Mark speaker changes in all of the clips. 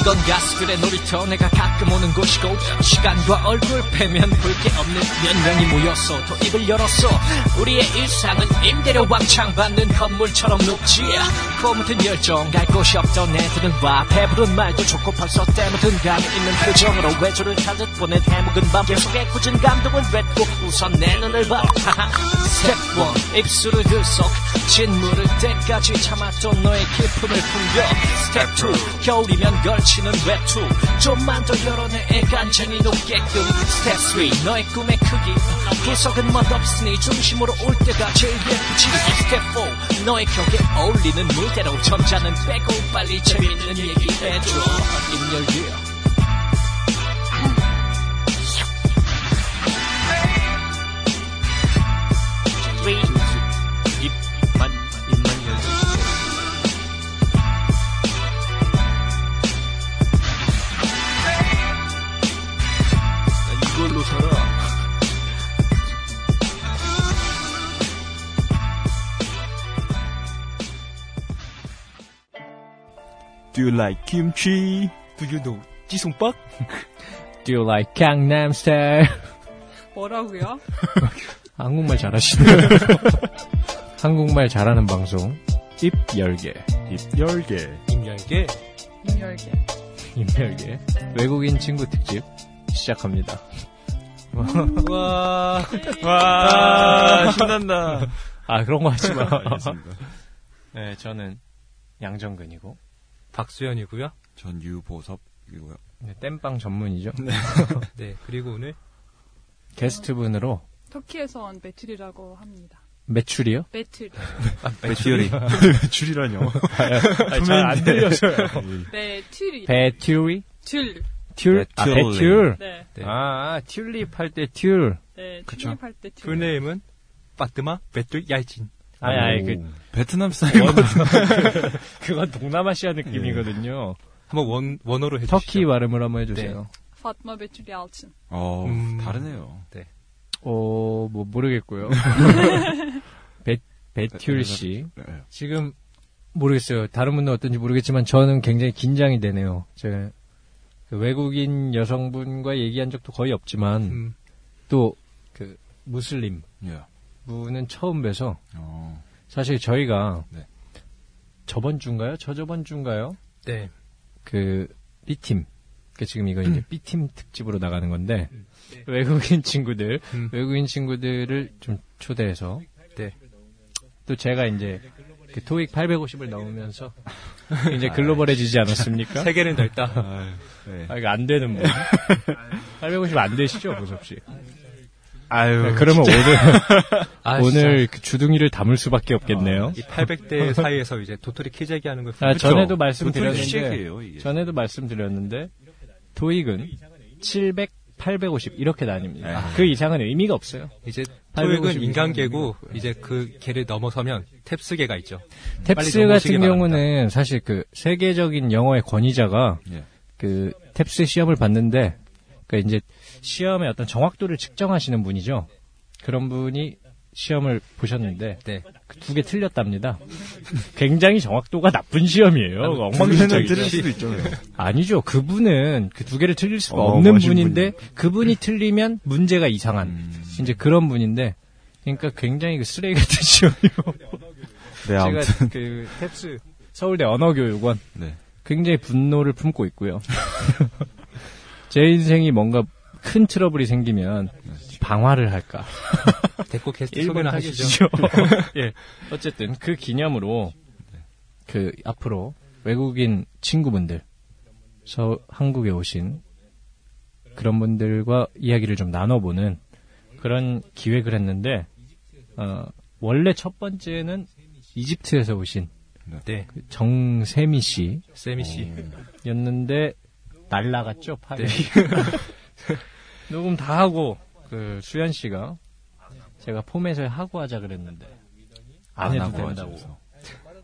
Speaker 1: 이건 가스글의 놀이터 내가 가끔 오는 곳이고 시간과 얼굴 패면 볼 게 없는 몇 명이 모여서 또 입을 열었어 우리의 일상은 임대료 왕창 받는 건물처럼 녹지 고무든 열정 갈 곳이 없던 애들은 와 배부른 말도 좋고 벌써 때묻은 감이 있는 표정으로 외조를 찾듯 보낸 해묵은 밤 계속의 꾸준 감동은 뱉고 우선 내 눈을 봐 스텝 1 뭐, 입술을 들썩 진물을 때까지 참았던 너의 기쁨을 풍겨 스텝 2 겨울이면 걸치는 외투 좀만 더 열어내 애간장이 높게끔 스텝 3 너의 꿈의 크기 구석은 멋없으니 중심으로 올 때가 제일 예쁘지 스텝 4 너의 격에 어울리는 무대로 점자는 빼고 빨리 재밌는 얘기 해줘 임열기야 Three. 입만 입만 열고
Speaker 2: 나 이걸로 살아.
Speaker 3: Do you like kimchi? Do you know 찌송박?
Speaker 1: Do you like Gangnam Style?
Speaker 4: 뭐라고요?
Speaker 1: 한국말 잘하시네요. 한국말 잘하는 방송 입 열개
Speaker 3: 입 열개.
Speaker 1: 입 열개
Speaker 4: 임열계.
Speaker 1: 입 열개 외국인 친구 특집 시작합니다. 와,
Speaker 3: 와 신난다.
Speaker 1: 아 그런 거 하지 마.
Speaker 2: 알겠습니다.
Speaker 1: 네, 저는 양정근이고 박수현이고요.
Speaker 2: 전 유보섭이고요.
Speaker 1: 네, 땜빵 전문이죠.
Speaker 5: 네, 그리고 오늘
Speaker 1: 게스트분으로
Speaker 4: 터키에서 온 배틀이라고 합니다.
Speaker 1: 매출이요?
Speaker 4: 배틀.
Speaker 2: 배추리.
Speaker 3: 줄이라뇨.
Speaker 1: 잘안 들려서요.
Speaker 4: 배틀이.
Speaker 1: 배튜리?
Speaker 4: 줄.
Speaker 1: 튤? 아,
Speaker 2: 배튤리.
Speaker 1: 배튤.
Speaker 4: 네.
Speaker 5: 네.
Speaker 1: 아, 아, 튤립 할 때 튤.
Speaker 4: 네.
Speaker 5: 그쵸.
Speaker 4: 출입할 때 줄.
Speaker 5: 풀네임은 빠뜨마 베뚤 얄진.
Speaker 1: 아니, 아니, 그,
Speaker 2: 베트남 스타일.
Speaker 1: 그건 동남아시아 느낌이거든요.
Speaker 5: 한번 원, 원어로 해주시죠.
Speaker 1: 터키 발음을 한번 해주세요.
Speaker 4: 파트마 배틀이 알친.
Speaker 2: 어,
Speaker 5: 음.
Speaker 2: 다르네요.
Speaker 1: 어, 뭐, 모르겠고요. 배, 배튤 씨.
Speaker 2: 네.
Speaker 1: 지금, 모르겠어요. 다른 분은 어떤지 모르겠지만, 저는 굉장히 긴장이 되네요. 제, 그 외국인 여성분과 얘기한 적도 거의 없지만,
Speaker 5: 음,
Speaker 1: 또, 그, 무슬림
Speaker 2: 예.
Speaker 1: 분은 처음 뵈서,
Speaker 2: 어,
Speaker 1: 사실 저희가
Speaker 2: 네.
Speaker 1: 저번 주인가요? 저저번 주인가요?
Speaker 5: 네.
Speaker 1: 그 B팀. 그 지금 이건 이제 B팀 특집으로 나가는 건데
Speaker 5: 네.
Speaker 1: 외국인 친구들,
Speaker 5: 음.
Speaker 1: 외국인 친구들을 좀 초대해서
Speaker 5: 네.
Speaker 1: 또 제가 이제 그 토익 850을 넘으면서 이제 글로벌해지지 않았습니까?
Speaker 5: 세계는 넓다.
Speaker 2: 아유, 네.
Speaker 1: 아, 이거 안 되는 분. 850 안 되시죠, 보섭 씨?
Speaker 2: 아유.
Speaker 1: 네, 그러면 오늘
Speaker 5: 아,
Speaker 1: 오늘 그 주둥이를 담을 수밖에 없겠네요.
Speaker 5: 진짜. 이 800대 사이에서 이제 도토리 키재기 하는 걸.
Speaker 1: 아,
Speaker 5: 보면
Speaker 1: 전에도
Speaker 2: 도토리
Speaker 1: 말씀드렸는데
Speaker 2: 그 시작이에요, 이게.
Speaker 1: 전에도 말씀드렸는데 도익은 700, 850 이렇게 나뉩니다.
Speaker 2: 아.
Speaker 1: 그 이상은 의미가 없어요.
Speaker 5: 이제
Speaker 1: 팔백오십
Speaker 5: 토익은 인간계고
Speaker 1: 이상은 네.
Speaker 5: 이제 그 계를 넘어서면 탭스계가 있죠.
Speaker 1: 탭스
Speaker 5: 넘어오시길
Speaker 1: 같은 경우는
Speaker 5: 바랍니다.
Speaker 1: 사실 그 세계적인 영어의 권위자가
Speaker 2: 예.
Speaker 1: 그 탭스 시험을 봤는데 그 이제 시험의 어떤 정확도를 측정하시는 분이죠. 그런 분이 시험을 보셨는데 그
Speaker 5: 네.
Speaker 1: 두 개 틀렸답니다. 굉장히 정확도가 나쁜 시험이에요.
Speaker 3: 엉망진창
Speaker 1: 엉망진창이죠.
Speaker 3: 들을 수도 있잖아요.
Speaker 1: 아니죠. 그분은 그 두 개를 틀릴 수가
Speaker 3: 어,
Speaker 1: 없는
Speaker 3: 멋진
Speaker 1: 분인데 그분이 틀리면 문제가 이상한
Speaker 2: 음.
Speaker 1: 이제 그런 분인데 그러니까 굉장히 그 쓰레기 같은 시험이고
Speaker 3: 네 아무튼
Speaker 1: 제가 그 탭스 서울대 언어교육원
Speaker 2: 네.
Speaker 1: 굉장히 분노를 품고 있고요. 제 인생이 뭔가 큰 트러블이 생기면
Speaker 3: 네.
Speaker 1: 방화를 할까.
Speaker 5: 데코 캐스트
Speaker 1: 일본
Speaker 5: 소개나 하시죠.
Speaker 1: 하시죠. 예. 어쨌든 그 기념으로 그 앞으로 외국인 친구분들 서 한국에 오신 그런 분들과 이야기를 좀 나눠보는 그런 기획을 했는데 어, 원래 첫 번째는 이집트에서 오신
Speaker 5: 네.
Speaker 1: 그 정세미
Speaker 5: 세미 씨.
Speaker 1: 음, 씨였는데 날라갔죠 파일이 녹음 다 하고 그 수현 씨가 제가 폼에서 하고 하자 그랬는데 안 해도 된다고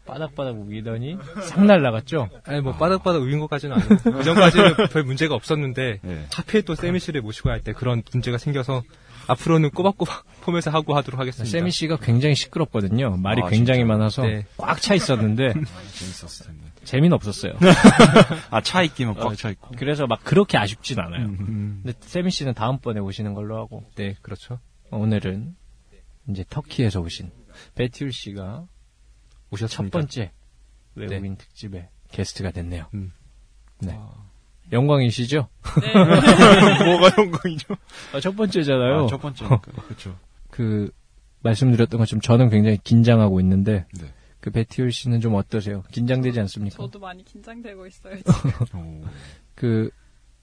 Speaker 1: 바닥바닥 우기더니 싹 날라갔죠
Speaker 5: 아니 뭐 바닥바닥 우긴 것까지는 아니고 그전까지는 별 문제가 없었는데
Speaker 6: 네.
Speaker 5: 하필 또 세미 씨를 모시고 할 때 그런 문제가 생겨서 앞으로는 꼬박꼬박 폼에서 하고 하도록 하겠습니다.
Speaker 1: 세미 아, 씨가 굉장히 시끄럽거든요. 말이
Speaker 6: 아,
Speaker 1: 굉장히 많아서
Speaker 5: 네.
Speaker 1: 꽉 차 있었는데
Speaker 6: 재밌었을 텐데.
Speaker 1: 재미는 없었어요. 어,
Speaker 6: 아, 차 있기만 꽉 차 있고. 음,
Speaker 1: 그래서 막 그렇게 아쉽진 않아요. 근데 세미 씨는 다음번에 오시는 걸로 하고 어,
Speaker 5: 네, 그렇죠.
Speaker 1: 오늘은 이제 터키에서 오신 배티울 씨가 첫
Speaker 5: 오셨습니다.
Speaker 1: 번째
Speaker 6: 네.
Speaker 1: 외국인 특집의 게스트가 됐네요.
Speaker 5: 음.
Speaker 1: 네. 영광이시죠?
Speaker 6: 아. 뭐가 영광이죠?
Speaker 1: 아, 첫 번째잖아요.
Speaker 6: 아, 첫
Speaker 5: 어.
Speaker 6: 번째니까. 그렇죠.
Speaker 1: 그 말씀드렸던 것처럼 저는 굉장히 긴장하고 있는데
Speaker 6: 네.
Speaker 1: 그 배티울 씨는 좀 어떠세요? 긴장되지 않습니까?
Speaker 4: 저도 많이 긴장되고 있어요.
Speaker 6: 오.
Speaker 1: 그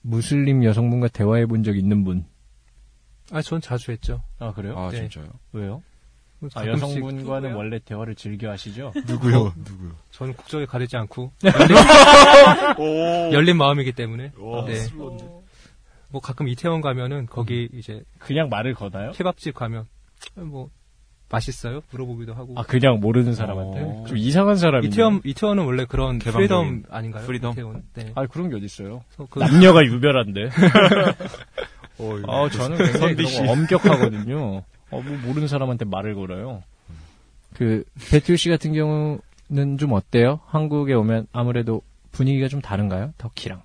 Speaker 1: 무슬림 여성분과 대화해 본 적 있는 분.
Speaker 5: 아, 전 자주 했죠.
Speaker 1: 아 그래요?
Speaker 6: 아,
Speaker 5: 네. 뭐
Speaker 6: 진짜요?
Speaker 1: 왜요? 아,
Speaker 5: 가끔씩
Speaker 1: 여성분과는
Speaker 4: 누구요?
Speaker 1: 원래 대화를 즐겨 하시죠?
Speaker 6: 누구요? 누구요?
Speaker 5: 저는 국적에 가리지 않고 열린, 열린 마음이기 때문에 네.
Speaker 6: 아,
Speaker 4: 어,
Speaker 5: 뭐 가끔 이태원 가면은 거기 이제
Speaker 1: 그냥 말을 거나요?
Speaker 5: 케밥집 가면 뭐 맛있어요? 물어보기도 하고
Speaker 1: 아 그냥 모르는 사람한테
Speaker 6: 어.
Speaker 1: 좀 이상한 사람이
Speaker 5: 이태원 이태원은 원래 그런
Speaker 6: 개방적인-
Speaker 5: 프리덤 아닌가요?
Speaker 6: 프리덤?
Speaker 5: 이태원. 네.
Speaker 1: 아 그런 게 어딨어요?
Speaker 5: 그래서 그-
Speaker 1: 남녀가 유별한데.
Speaker 6: 어, 이거
Speaker 1: 아 저는 굉장히 그런 거 엄격하거든요. 어, 뭐 모르는 사람한테 말을 걸어요. 그 배티울 씨 같은 경우는 좀 어때요? 한국에 오면 아무래도 분위기가 좀 다른가요? 터키랑?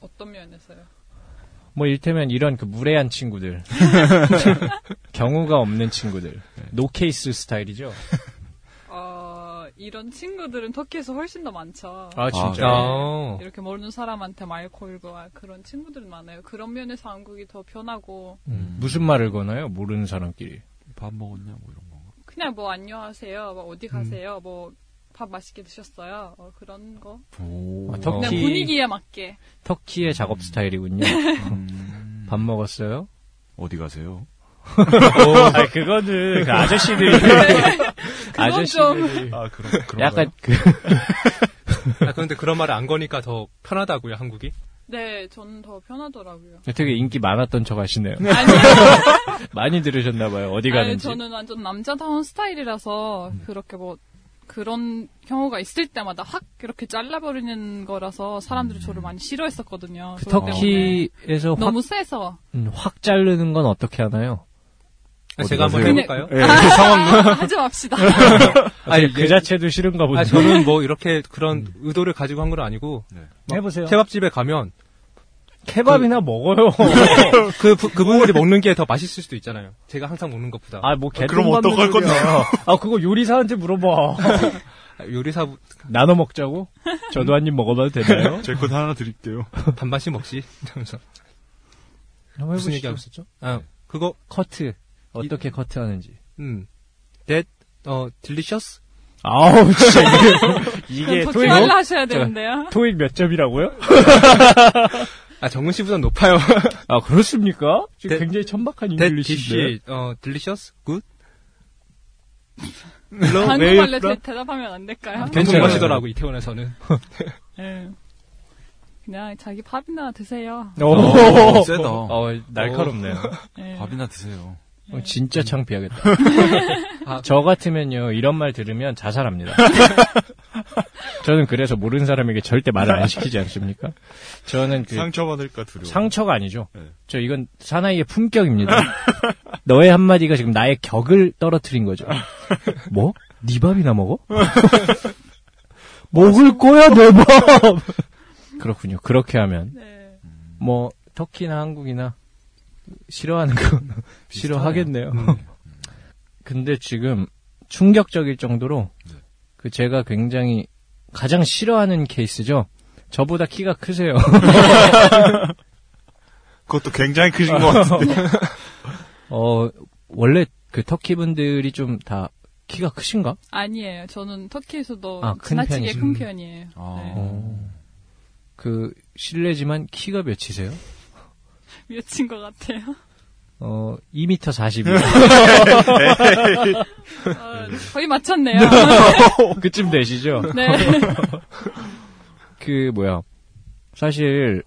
Speaker 4: 어떤 면에서요?
Speaker 1: 뭐 일테면 이런 그 무례한 친구들 경우가 없는 친구들 노케이스 스타일이죠
Speaker 4: 어, 이런 친구들은 터키에서 훨씬 더 많죠.
Speaker 1: 아 어. 네.
Speaker 6: 진짜요?
Speaker 5: 아,
Speaker 4: 이렇게 모르는 사람한테 말 걸고 아, 그런 친구들은 많아요. 그런 면에서 한국이 더 편하고
Speaker 1: 무슨 말을 거나요 모르는 사람끼리
Speaker 6: 밥 먹었냐? 뭐 이런 건가?
Speaker 4: 그냥 뭐 안녕하세요, 뭐 어디 가세요, 뭐 밥 맛있게 드셨어요, 어, 그런 거.
Speaker 6: 오.
Speaker 1: 아,
Speaker 4: 그냥
Speaker 1: 터키
Speaker 4: 분위기에 맞게.
Speaker 1: 터키의 작업 스타일이군요 밥 먹었어요
Speaker 6: 어디 가세요?
Speaker 1: 아 그거는 그 아저씨들
Speaker 4: 네, 그건 좀
Speaker 5: 네.
Speaker 6: 아, 그럼, 그런
Speaker 1: 약간 그
Speaker 5: 아, 그런데 그런 말을 안 거니까 더 편하다고요 한국이?
Speaker 4: 네, 저는 더 편하더라고요.
Speaker 1: 되게 인기 많았던 척 하시네요
Speaker 4: 아니,
Speaker 1: 많이 들으셨나봐요 어디
Speaker 4: 아니
Speaker 1: 가는지 음.
Speaker 4: 저는 완전 남자다운 스타일이라서 그렇게 뭐 그런 경우가 있을 때마다 확 이렇게 잘라버리는 거라서 사람들이 저를 많이
Speaker 1: 음.
Speaker 4: 싫어했었거든요.
Speaker 1: 그뭐
Speaker 4: 그것 때문에
Speaker 1: 터키에서 확,
Speaker 4: 너무 세서
Speaker 1: 음, 확 자르는 건 어떻게 하나요
Speaker 5: 아, 제가 한번
Speaker 6: 가세요?
Speaker 5: 해볼까요?
Speaker 1: 네, 그
Speaker 4: 하지 맙시다.
Speaker 1: 아니 그 자체도 싫은가 보네
Speaker 5: 예. 아, 저는 뭐 이렇게 그런 의도를 가지고 한 건 아니고
Speaker 6: 네.
Speaker 1: 해보세요
Speaker 5: 케밥집에 가면
Speaker 1: 케밥이나 먹어요
Speaker 5: 그, 부- 그분들이 먹는 게 더 맛있을 수도 있잖아요. 제가 항상 먹는 것보다.
Speaker 1: 아, 뭐, 개똥
Speaker 6: 그럼
Speaker 1: 밟는
Speaker 6: 어떡할
Speaker 1: 소리야.
Speaker 6: 건데요?
Speaker 1: 아, 그거 요리사한테 물어봐.
Speaker 5: 요리사
Speaker 1: 나눠 먹자고? 저도 한 입 먹어봐도 되나요?
Speaker 6: 제것 하나 드릴게요.
Speaker 5: 반반씩 먹지. 이러면서.
Speaker 1: 한번
Speaker 5: 무슨 얘기하고 있었죠? 아, 그거,
Speaker 1: 커트. 어떻게 커트하는지.
Speaker 5: 음. That, 어, delicious?
Speaker 1: 아우, 진짜 이게. 예, 이게
Speaker 4: 더
Speaker 1: 토익,
Speaker 4: 잘라 하셔야 되는데요.
Speaker 1: 토익 몇 점이라고요?
Speaker 5: 아, 정은 씨보다 높아요.
Speaker 1: 아, 그렇습니까? 지금
Speaker 5: 대-
Speaker 1: 굉장히 천박한
Speaker 5: That
Speaker 1: 잉글리시인데.
Speaker 5: dish, 어, delicious? Good?
Speaker 4: 한국말로 대- 대답하면 안 될까요?
Speaker 5: 괜찮
Speaker 1: 괜찮아요.
Speaker 5: 하시더라고 이태원에서는.
Speaker 4: 예. 그냥 자기 밥이나 드세요.
Speaker 1: 오,
Speaker 6: 세다.
Speaker 1: 어, 날카롭네요.
Speaker 4: 예.
Speaker 6: 밥이나 드세요.
Speaker 1: 어, 진짜 창피하겠다.
Speaker 5: 아.
Speaker 1: 저 같으면요, 이런 말 들으면 자살합니다. 저는 그래서 모르는 사람에게 절대 말을 안 시키지 않습니까? 저는 그
Speaker 6: 네. 상처받을까 두려워.
Speaker 1: 상처가 아니죠.
Speaker 6: 네.
Speaker 1: 저 이건 사나이의 품격입니다. 너의 한마디가 지금 나의 격을 떨어뜨린 거죠. 뭐? 네 밥이나 먹어? 먹을 거야 내 밥. 그렇군요. 그렇게 하면
Speaker 4: 네.
Speaker 1: 뭐 터키나 한국이나 싫어하는 거 싫어하겠네요.
Speaker 6: 음.
Speaker 1: 근데 지금 충격적일 정도로
Speaker 6: 네.
Speaker 1: 그 제가 굉장히 가장 싫어하는 케이스죠. 저보다 키가 크세요.
Speaker 6: 그것도 굉장히 크신 것 같은데.
Speaker 1: 어, 원래 그 터키 분들이 좀 다 키가 크신가?
Speaker 4: 아니에요. 저는 터키에서도
Speaker 1: 아, 큰
Speaker 4: 지나치게
Speaker 1: 편이지.
Speaker 4: 큰 편이에요.
Speaker 1: 어.
Speaker 6: 아.
Speaker 4: 네.
Speaker 1: 그, 실례지만 키가 몇이세요?
Speaker 4: 미친 것 같아요.
Speaker 1: 어, 2m 40.
Speaker 4: 어, 거의 맞췄네요.
Speaker 1: 그쯤 되시죠?
Speaker 4: 네.
Speaker 1: 그, 뭐야. 사실,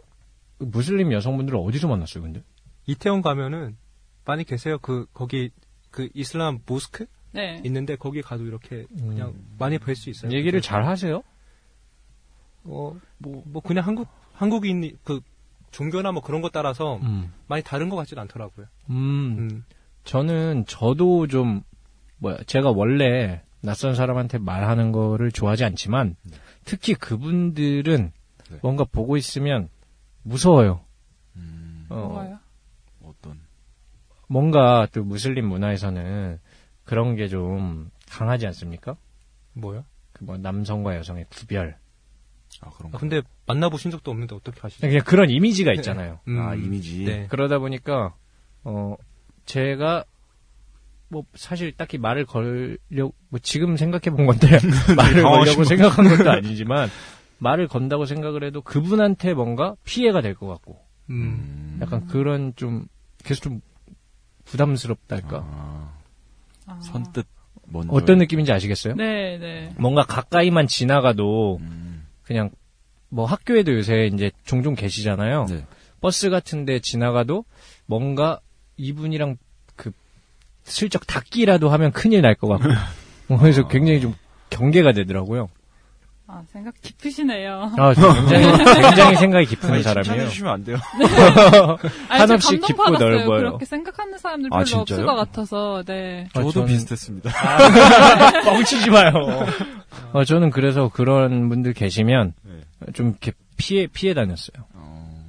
Speaker 1: 무슬림 여성분들을 어디서 만났어요, 근데?
Speaker 5: 이태원 가면은 많이 계세요. 그 거기 그 이슬람 모스크
Speaker 4: 네.
Speaker 5: 있는데 거기 가도 이렇게 그냥 많이 뵐 수 있어요.
Speaker 1: 얘기를 잘 하세요?
Speaker 5: 어뭐 뭐 그냥 한국 한국인 그 종교나 뭐 그런 거 따라서
Speaker 1: 음.
Speaker 5: 많이 다른 것 같지는 않더라고요. 음.
Speaker 1: 저는 저도 좀 뭐야 제가 원래 낯선 사람한테 말하는 거를 좋아하지 않지만 특히 그분들은
Speaker 6: 네.
Speaker 1: 뭔가 보고 있으면 무서워요.
Speaker 6: 음,
Speaker 1: 어,
Speaker 4: 좋아요.
Speaker 6: 어떤.
Speaker 1: 뭔가 또 무슬림 문화에서는 그런 게 좀 강하지 않습니까?
Speaker 5: 뭐요?
Speaker 1: 그 뭐 남성과 여성의 구별.
Speaker 6: 아, 그런
Speaker 5: 아,
Speaker 6: 거.
Speaker 5: 근데 만나보신 적도 없는데 어떻게 아시죠?
Speaker 1: 그냥 그런 이미지가 있잖아요.
Speaker 5: 음,
Speaker 6: 아, 이미지.
Speaker 5: 네.
Speaker 1: 예, 그러다 보니까 어 제가 뭐 사실 딱히 말을 걸려 뭐 지금 생각해 본 건데
Speaker 5: 네,
Speaker 1: 말을 걸려고 생각한 것도 아니지만 말을 건다고 생각을 해도 그분한테 뭔가 피해가 될 것 같고
Speaker 5: 음.
Speaker 1: 약간 그런 좀 계속 좀 부담스럽달까
Speaker 6: 아,
Speaker 4: 아.
Speaker 6: 선뜻 먼저.
Speaker 1: 어떤 느낌인지 아시겠어요?
Speaker 4: 네, 네.
Speaker 1: 뭔가 가까이만 지나가도
Speaker 6: 음,
Speaker 1: 그냥 뭐 학교에도 요새 이제 종종 계시잖아요.
Speaker 6: 네.
Speaker 1: 버스 같은데 지나가도 뭔가 이분이랑 그 슬쩍 닿기라도 하면 큰일 날 것 같고 뭐 그래서
Speaker 6: 아.
Speaker 1: 굉장히 좀 경계가 되더라고요.
Speaker 4: 아, 생각 깊으시네요.
Speaker 1: 아, 저 굉장히 굉장히 생각이 깊은 사람이에요.
Speaker 6: 칭찬해주시면 안 돼요.
Speaker 4: 아니, 저
Speaker 1: 한없이 깊고
Speaker 4: 감동받았어요.
Speaker 1: 넓어요.
Speaker 4: 그렇게 생각하는 사람들
Speaker 6: 아,
Speaker 4: 별로
Speaker 6: 진짜요?
Speaker 4: 없을 것 같아서, 네.
Speaker 1: 아,
Speaker 6: 저도
Speaker 1: 저는- 아,
Speaker 6: 비슷했습니다.
Speaker 1: 뻥치지 마요. 어, 저는 그래서 그런 분들 계시면
Speaker 6: 네.
Speaker 1: 좀 이렇게 피해 피해 다녔어요.
Speaker 6: 어,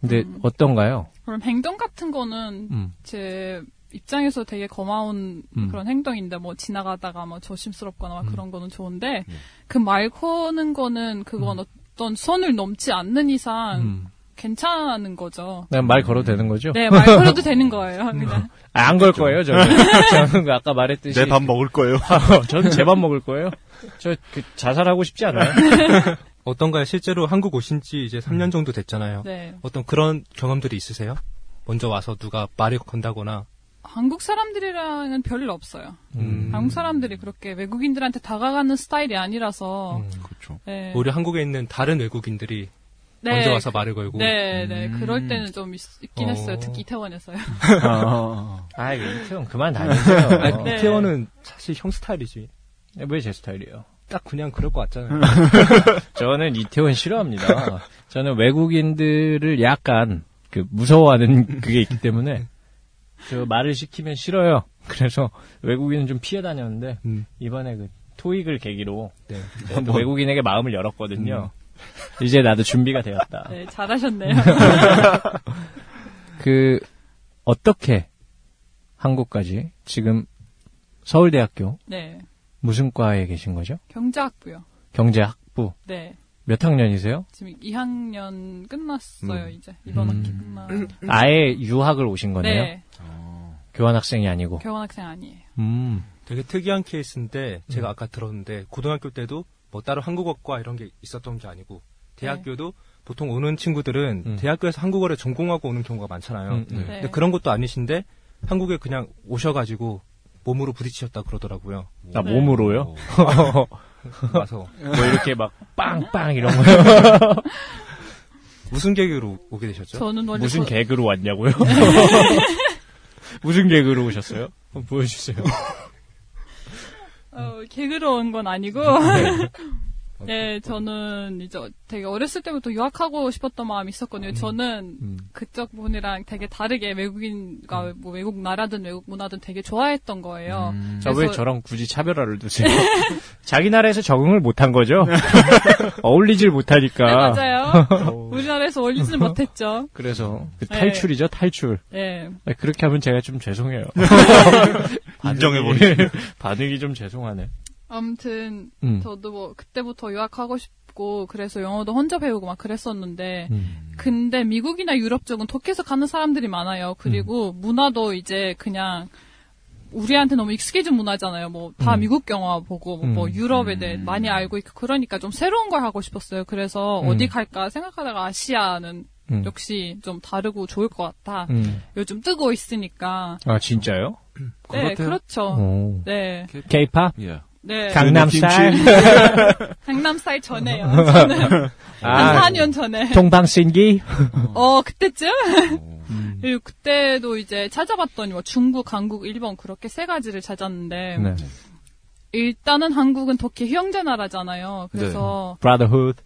Speaker 1: 근데 어떤가요?
Speaker 4: 그럼 행동 같은 거는
Speaker 1: 음.
Speaker 4: 제 입장에서 되게 고마운
Speaker 1: 음.
Speaker 4: 그런 행동인데 뭐 지나가다가 뭐 조심스럽거나 막 그런 거는 좋은데
Speaker 6: 네.
Speaker 4: 그 말 거는 거는 그건 어떤 선을 넘지 않는 이상
Speaker 1: 음. 그렇죠.
Speaker 4: 괜찮은 거죠.
Speaker 1: 그냥 말 걸어도 되는 거죠? 음.
Speaker 4: 네, 말 걸어도 되는 거예요. 그냥.
Speaker 1: 안 걸 거예요, 저는. 저는 그 아까 말했듯이
Speaker 6: 내 밥 먹을 거예요.
Speaker 1: 저는 제 밥 먹을 거예요. 저 그 자살하고 싶지 않아요.
Speaker 5: 어떤가요? 실제로 한국 오신 지 이제 3년 정도 됐잖아요.
Speaker 4: 음. 네.
Speaker 5: 어떤 그런 경험들이 있으세요? 먼저 와서 누가 말을 건다거나
Speaker 4: 한국 사람들이랑은 별일 없어요.
Speaker 5: 음.
Speaker 4: 한국 사람들이 그렇게 외국인들한테 다가가는 스타일이 아니라서.
Speaker 5: 음,
Speaker 6: 그렇죠.
Speaker 4: 네.
Speaker 5: 오히려 한국에 있는 다른 외국인들이
Speaker 4: 네,
Speaker 5: 먼저 와서 말을 걸고
Speaker 4: 네, 네.
Speaker 6: 음.
Speaker 4: 그럴 때는 좀 있, 긴
Speaker 5: 어.
Speaker 4: 했어요. 특히 이태원에서요.
Speaker 6: 아,
Speaker 1: 아, 이태원 그만 다니세요.
Speaker 5: 아니,
Speaker 4: 네.
Speaker 5: 이태원은 사실 형 스타일이지.
Speaker 1: 왜 네, 뭐 제 스타일이에요?
Speaker 5: 딱 그냥 그럴 것
Speaker 4: 음.
Speaker 5: 같잖아요.
Speaker 1: 저는 이태원 싫어합니다. 저는 외국인들을 약간 그 무서워하는 그게 있기 때문에 저 말을 시키면 싫어요. 그래서 외국인은 좀 피해 다녔는데
Speaker 5: 음.
Speaker 1: 이번에 그 토익을 계기로
Speaker 5: 네. 음.
Speaker 1: 저도 외국인에게 마음을 열었거든요. 이제 나도 준비가 되었다.
Speaker 4: 네, 잘하셨네요.
Speaker 1: 그 어떻게 한국까지 지금 서울대학교
Speaker 4: 네.
Speaker 1: 무슨 과에 계신 거죠?
Speaker 4: 경제학부요.
Speaker 1: 경제학부
Speaker 4: 네.
Speaker 1: 몇 학년이세요?
Speaker 4: 지금 2학년 끝났어요, 이제. 이번
Speaker 1: 음.
Speaker 4: 학기 끝나.
Speaker 1: 아예 유학을 오신 거네요.
Speaker 4: 네.
Speaker 1: 교환학생이 아니고.
Speaker 4: 교환학생 아니에요.
Speaker 1: 음.
Speaker 5: 되게 특이한 케이스인데 제가
Speaker 4: 음.
Speaker 5: 아까 들었는데 고등학교 때도 뭐 따로 한국어과 이런 게 있었던 게 아니고 대학교도 보통 오는 친구들은
Speaker 1: 음.
Speaker 5: 대학교에서 한국어를 전공하고 오는 경우가 많잖아요.
Speaker 1: 음, 음.
Speaker 4: 네.
Speaker 5: 근데 그런 것도 아니신데 한국에 그냥 오셔가지고 몸으로 부딪히셨다 그러더라고요.
Speaker 1: 나
Speaker 4: 네.
Speaker 1: 몸으로요?
Speaker 5: 와서
Speaker 1: 뭐 이렇게 막 빵빵 이런 거요.
Speaker 5: 무슨 계기로 오게 되셨죠?
Speaker 4: 저는 원래
Speaker 1: 무슨
Speaker 4: 고-
Speaker 1: 개그로 왔냐고요? 무슨 개그로 오셨어요? 한번 보여주세요.
Speaker 4: 음. 어, 개그로 온 건 아니고. 네, 저는 이제 되게 어렸을 때부터 유학하고 싶었던 마음이 있었거든요. 저는
Speaker 1: 음.
Speaker 4: 그쪽 분이랑 되게 다르게 외국인과 뭐 외국 나라든 외국 문화든 되게 좋아했던 거예요.
Speaker 1: 음. 자, 왜 저랑 굳이 차별화를 두세요? 자기 나라에서 적응을 못한 거죠? 어울리질 못하니까.
Speaker 4: 네, 맞아요. 우리나라에서 올리지는 못했죠.
Speaker 1: 어. 그래서 그
Speaker 4: 네.
Speaker 1: 탈출이죠, 탈출.
Speaker 4: 네.
Speaker 1: 아, 그렇게 하면 제가 좀 죄송해요.
Speaker 6: 인정해버리네.
Speaker 1: 반응이 좀 죄송하네.
Speaker 4: 아무튼
Speaker 1: 음.
Speaker 4: 저도 뭐 그때부터 유학하고 싶고 그래서 영어도 혼자 배우고 막 그랬었는데
Speaker 1: 음.
Speaker 4: 근데 미국이나 유럽 쪽은 독해서 가는 사람들이 많아요. 그리고
Speaker 1: 음.
Speaker 4: 문화도 이제 그냥 우리한테 너무 익숙해진 문화잖아요. 뭐 다
Speaker 1: 음.
Speaker 4: 미국 영화 보고 뭐,
Speaker 1: 음.
Speaker 4: 뭐 유럽에 대해 많이 알고 있고 그러니까 좀 새로운 걸 하고 싶었어요. 그래서
Speaker 1: 음.
Speaker 4: 어디 갈까 생각하다가 아시아는
Speaker 1: 음.
Speaker 4: 역시 좀 다르고 좋을 것 같다.
Speaker 1: 음.
Speaker 4: 요즘 뜨고 있으니까.
Speaker 1: 아 진짜요?
Speaker 4: 네,
Speaker 5: 그렇대요.
Speaker 1: 어.
Speaker 4: 그렇죠.
Speaker 1: 오.
Speaker 4: 네,
Speaker 1: K-pop
Speaker 6: 예.
Speaker 4: 네.
Speaker 1: 강남스타일
Speaker 4: 강남스타일 전에요. 저는
Speaker 1: 아.
Speaker 4: 한 4년 전에.
Speaker 1: 동방신기
Speaker 4: 어, 그때쯤?
Speaker 1: 음.
Speaker 4: 그리고 그때도 이제 찾아봤더니 뭐 중국, 한국, 일본 그렇게 세 가지를 찾았는데
Speaker 1: 네.
Speaker 4: 일단은 한국은 터키 형제 나라잖아요. 그래서
Speaker 1: 네. Brotherhood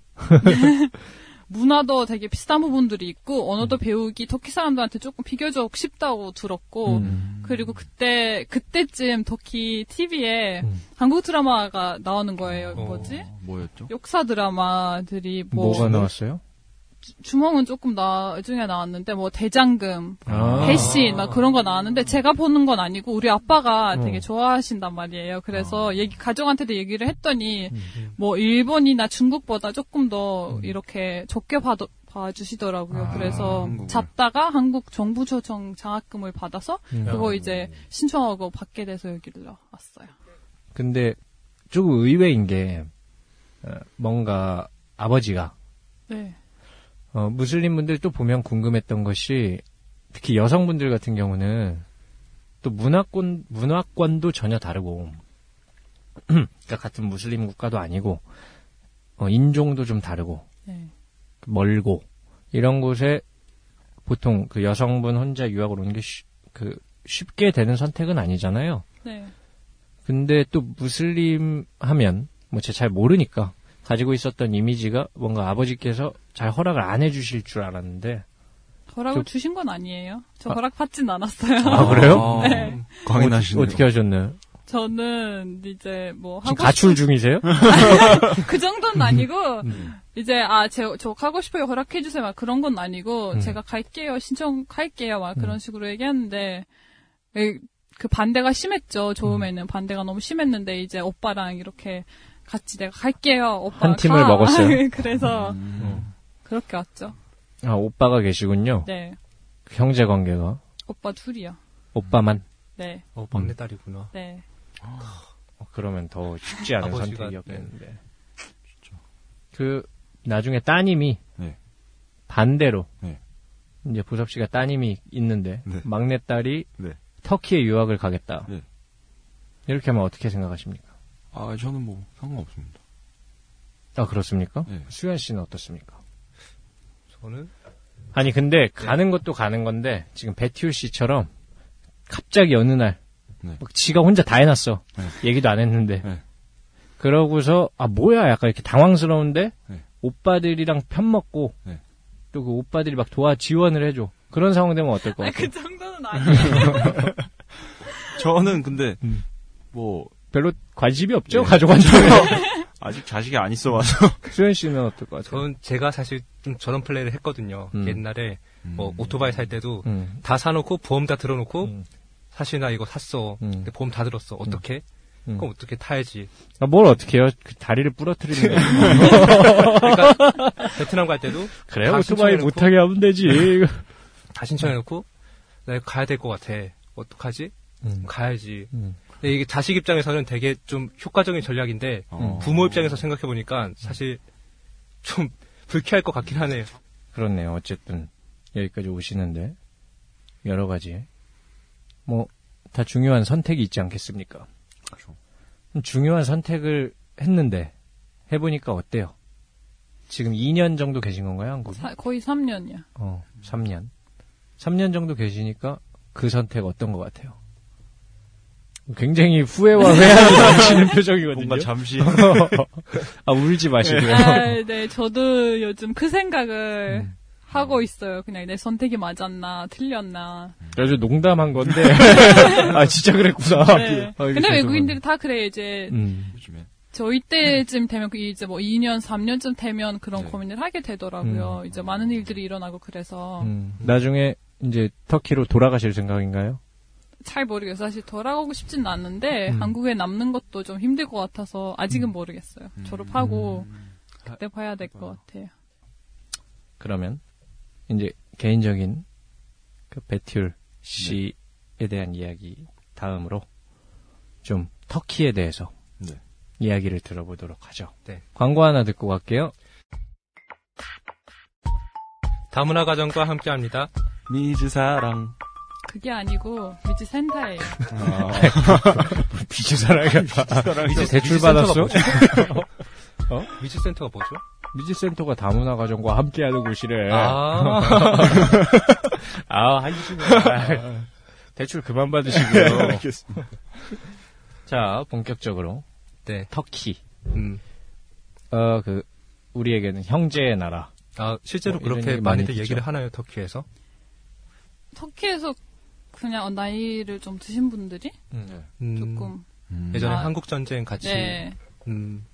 Speaker 4: 문화도 되게 비슷한 부분들이 있고
Speaker 1: 음.
Speaker 4: 언어도 배우기 터키 사람들한테 조금 비교적 쉽다고 들었고
Speaker 1: 음.
Speaker 4: 그리고 그때 그때쯤 터키 TV에
Speaker 1: 음.
Speaker 4: 한국 드라마가 나오는 거예요. 뭐지?
Speaker 6: 뭐였죠?
Speaker 4: 역사 드라마들이 뭐
Speaker 1: 어, 뭐가 나왔어요?
Speaker 4: 주몽은 조금 나중에 나왔는데 뭐 대장금,
Speaker 1: 아.
Speaker 4: 배신 막 그런 거 나왔는데 제가 보는 건 아니고 우리 아빠가
Speaker 1: 어.
Speaker 4: 되게 좋아하신단 말이에요. 그래서 얘기 가족한테도 얘기를 했더니
Speaker 1: 음,
Speaker 4: 뭐 일본이나 중국보다 조금 더 이렇게 적게 봐 봐주시더라고요.
Speaker 1: 아,
Speaker 4: 그래서
Speaker 6: 한국을.
Speaker 4: 잡다가 한국 정부 조정 장학금을 받아서
Speaker 1: 음.
Speaker 4: 그거 이제 신청하고 받게 돼서 여기로 왔어요.
Speaker 1: 근데 조금 의외인 게 어, 뭔가 아버지가
Speaker 4: 네,
Speaker 1: 어, 무슬림 분들 또 보면 궁금했던 것이 특히 여성분들 같은 경우는 또 문화권 문화권도 전혀 다르고 그러니까 같은 무슬림 국가도 아니고 어, 인종도 좀 다르고
Speaker 4: 네,
Speaker 1: 멀고 이런 곳에 보통 그 여성분 혼자 유학을 오는 게 쉬- 그 쉽게 되는 선택은 아니잖아요.
Speaker 4: 네,
Speaker 1: 근데 또 무슬림 하면 뭐 제가 잘 모르니까 가지고 있었던 이미지가 뭔가 아버지께서 잘 허락을 안 해주실 줄 알았는데
Speaker 4: 허락을
Speaker 1: 저-
Speaker 4: 주신 건 아니에요. 저
Speaker 1: 아.
Speaker 4: 허락 받진 않았어요.
Speaker 1: 아, 그래요?
Speaker 4: 네.
Speaker 6: 광인하시네요.
Speaker 1: 어떻게 하셨나요?
Speaker 4: 저는 이제 뭐
Speaker 1: 지금
Speaker 4: 하고
Speaker 1: 아, 가출 중이세요?
Speaker 4: 그 정도는 아니고
Speaker 1: 음.
Speaker 4: 이제 아제저 하고 싶어요 허락해 주세요 막 그런 건 아니고
Speaker 1: 음.
Speaker 4: 제가 갈게요 신청할게요 막
Speaker 1: 음.
Speaker 4: 그런 식으로 얘기했는데 에, 그 반대가 심했죠 처음에는 반대가 너무 심했는데 이제 오빠랑 이렇게 같이 내가 갈게요 오빠
Speaker 1: 한 팀을 먹었어요?
Speaker 4: 그래서
Speaker 6: 음.
Speaker 4: 그렇게 왔죠
Speaker 1: 아 오빠가 계시군요.
Speaker 4: 네
Speaker 1: 형제 관계가
Speaker 4: 오빠 둘이요
Speaker 1: 오빠만
Speaker 4: 네
Speaker 5: 어, 막내 딸이구나.
Speaker 4: 네.
Speaker 1: 어, 그러면 더 쉽지 않은
Speaker 5: 아버지가-
Speaker 1: 선택이었겠는데.
Speaker 6: 네.
Speaker 1: 그 나중에 따님이
Speaker 6: 네.
Speaker 1: 반대로
Speaker 6: 네.
Speaker 1: 이제 보섭 씨가 따님이 있는데
Speaker 6: 네.
Speaker 1: 막내 딸이
Speaker 6: 네.
Speaker 1: 터키에 유학을 가겠다.
Speaker 6: 네.
Speaker 1: 이렇게 하면 어떻게 생각하십니까?
Speaker 6: 아, 저는 뭐 상관없습니다.
Speaker 1: 아 그렇습니까?
Speaker 6: 네.
Speaker 1: 수현 씨는 어떻습니까?
Speaker 5: 저는
Speaker 1: 아니 근데 가는 것도 가는 건데 지금 배티울 씨처럼 갑자기 어느 날
Speaker 6: 네.
Speaker 1: 막 지가 혼자 다 해놨어
Speaker 6: 네.
Speaker 1: 얘기도 안 했는데
Speaker 6: 네.
Speaker 1: 그러고서 아 뭐야 약간 이렇게 당황스러운데
Speaker 6: 네.
Speaker 1: 오빠들이랑 편 먹고
Speaker 6: 네.
Speaker 1: 또 그 오빠들이 막 도와 지원을 해줘 그런 상황 되면 어떨 것
Speaker 4: 아,
Speaker 1: 같아요?
Speaker 4: 그 정도는 아니에요
Speaker 6: 저는 근데
Speaker 5: 음.
Speaker 6: 뭐
Speaker 1: 별로 관심이 없죠
Speaker 6: 네.
Speaker 1: 가족 관계에
Speaker 6: 아직 자식이 안 있어 와서
Speaker 1: 수현 씨는 어떨 것 같아요?
Speaker 5: 저는 제가 사실 좀 저런 플레이를 했거든요.
Speaker 1: 음.
Speaker 5: 옛날에 뭐 오토바이 살 때도
Speaker 1: 음.
Speaker 5: 다 사놓고 보험 다 들어놓고
Speaker 1: 음.
Speaker 5: 사실 나 이거 샀어.
Speaker 1: 음.
Speaker 5: 근데 보험 다 들었어. 어떻게?
Speaker 1: 음.
Speaker 5: 그럼 어떻게 타야지?
Speaker 1: 아, 뭘 어떻게 해요? 그 다리를 부러뜨리는 거예요
Speaker 5: 그러니까 베트남 갈 때도
Speaker 1: 그래요?
Speaker 5: 다
Speaker 1: 오토바이
Speaker 5: 신청해놓고
Speaker 1: 못하게 하면 되지
Speaker 5: 다 신청해놓고 나 이거 가야 될 것 같아. 어떡하지?
Speaker 1: 음.
Speaker 5: 가야지.
Speaker 1: 음.
Speaker 5: 근데 이게 자식 입장에서는 되게 좀 효과적인 전략인데
Speaker 6: 어.
Speaker 5: 부모 입장에서 생각해 보니까 사실 좀 불쾌할 것 같긴 하네요.
Speaker 1: 그렇네요. 어쨌든 여기까지 오시는데 여러 가지 뭐 다 중요한 선택이 있지 않겠습니까?
Speaker 6: 그렇죠.
Speaker 1: 그럼 중요한 선택을 했는데 해보니까 어때요? 지금 2년 정도 계신 건가요, 한국?
Speaker 4: 사- 거의 3년이야
Speaker 1: 어, 3년. 3년 정도 계시니까 그 선택 어떤 것 같아요? 굉장히 후회와 회한이 넘치는 표정이거든요.
Speaker 6: 네. 뭔가 잠시
Speaker 1: 아 울지 마시고요. 네.
Speaker 4: 아, 네, 저도 요즘 그 생각을 하고 있어요. 그냥 내 선택이 맞았나, 틀렸나.
Speaker 1: 아주 농담한 건데. 아 진짜 그랬구나.
Speaker 4: 네.
Speaker 1: 아, 이게
Speaker 4: 근데
Speaker 1: 죄송합니다.
Speaker 4: 외국인들이 다 그래, 이제.
Speaker 1: 음.
Speaker 6: 요즘에
Speaker 4: 저희 때쯤 되면, 그 이제 뭐 2년, 3년쯤 되면 그런
Speaker 6: 네.
Speaker 4: 고민을 하게 되더라고요. 이제 많은 일들이 일어나고 그래서.
Speaker 1: 음, 나중에 이제 터키로 돌아가실 생각인가요?
Speaker 4: 잘 모르겠어요. 사실 돌아가고 싶진 않은데,
Speaker 1: 음.
Speaker 4: 한국에 남는 것도 좀 힘들 것 같아서, 아직은 모르겠어요.
Speaker 1: 음.
Speaker 4: 졸업하고, 그때 봐야 될 것 같아요.
Speaker 1: 그러면 이제 개인적인 그 배틀 씨에 대한 이야기 다음으로 좀 터키에 대해서
Speaker 6: 네.
Speaker 1: 이야기를 들어보도록 하죠.
Speaker 5: 네.
Speaker 1: 광고 하나 듣고 갈게요.
Speaker 5: 다문화 가정과 함께합니다.
Speaker 6: 미즈 사랑.
Speaker 4: 그게 아니고 미즈 센터예요.
Speaker 1: 비즈 사랑이가 미즈 대출 받았어?
Speaker 5: 미즈 센터가 뭐죠?
Speaker 1: 미즈 센터가 다문화 가정과 함께하는 곳이래.
Speaker 5: 아,
Speaker 1: 예. 아, 한심해. 대출 그만
Speaker 5: 네,
Speaker 1: 받으시고요. 자, 본격적으로
Speaker 5: 네.
Speaker 1: 터키.
Speaker 5: 음.
Speaker 1: 어, 그 우리에게는 형제의 나라.
Speaker 5: 아, 실제로
Speaker 1: 어, 이런
Speaker 5: 그렇게
Speaker 1: 얘기 많이
Speaker 5: 많이들
Speaker 1: 듣죠.
Speaker 5: 얘기를 하나요, 터키에서?
Speaker 4: 터키에서 그냥 나이를 좀 드신 분들이
Speaker 5: 음,
Speaker 4: 조금
Speaker 5: 예전에
Speaker 4: 아.
Speaker 5: 한국 전쟁 같이
Speaker 4: 네.
Speaker 5: 음,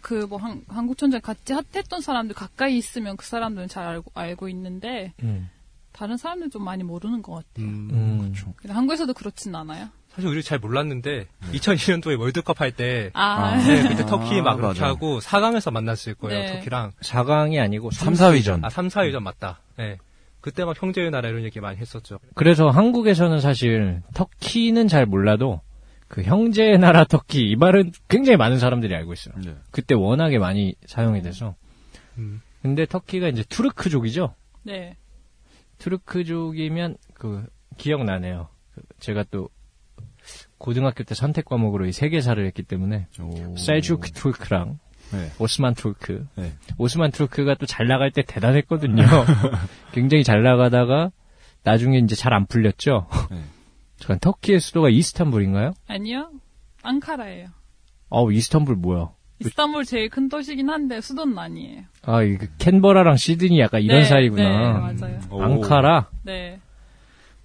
Speaker 4: 그 뭐 한국 전쟁 같이 핫했던 사람들 가까이 있으면 그 사람들은 잘 알고 알고 있는데
Speaker 1: 음.
Speaker 4: 다른 사람들 좀 많이 모르는 것 같아요.
Speaker 5: 음.
Speaker 1: 그렇죠.
Speaker 4: 근데 한국에서도 그렇진 않아요.
Speaker 5: 사실 우리 잘 몰랐는데
Speaker 1: 네.
Speaker 5: 2002년도에 월드컵 할 때
Speaker 4: 아,
Speaker 5: 네, 그때 터키
Speaker 6: 아,
Speaker 5: 막 이렇게
Speaker 6: 맞아.
Speaker 5: 하고 4강에서 만났을 거예요,
Speaker 4: 네.
Speaker 5: 터키랑.
Speaker 1: 4강이 아니고
Speaker 6: 3, 4위전.
Speaker 5: 아, 3, 4위전 맞다. 네. 그때 막 형제의 나라 이런 얘기 많이 했었죠.
Speaker 1: 그래서 한국에서는 사실 터키는 잘 몰라도 그 형제의 나라 터키 이 말은 굉장히 많은 사람들이 알고 있어요.
Speaker 6: 네.
Speaker 1: 그때 워낙에 많이 사용이 돼서.
Speaker 5: 음.
Speaker 1: 근데 터키가 이제 투르크족이죠.
Speaker 4: 네.
Speaker 1: 투르크족이면 그 기억나네요. 그 제가 또 고등학교 때 선택 과목으로 이 세계사를 했기 때문에
Speaker 6: 오.
Speaker 1: 셀주크 투르크랑
Speaker 6: 네.
Speaker 1: 오스만 투르크.
Speaker 6: 네.
Speaker 1: 오스만 투르크가 또 잘 나갈 때 대단했거든요. 굉장히 잘 나가다가 나중에 이제 잘 안 풀렸죠.
Speaker 6: 네.
Speaker 1: 잠깐 터키의 수도가 이스탄불인가요?
Speaker 4: 아니요. 앙카라예요.
Speaker 1: 어, 이스탄불 뭐야?
Speaker 4: 이스탄불 제일 큰 도시긴 한데 수도는 아니에요.
Speaker 1: 아, 이그 캔버라랑 시드니 약간 이런
Speaker 4: 네,
Speaker 1: 사이구나. 음.
Speaker 4: 네, 맞아요.
Speaker 6: 오.
Speaker 1: 앙카라.
Speaker 4: 네.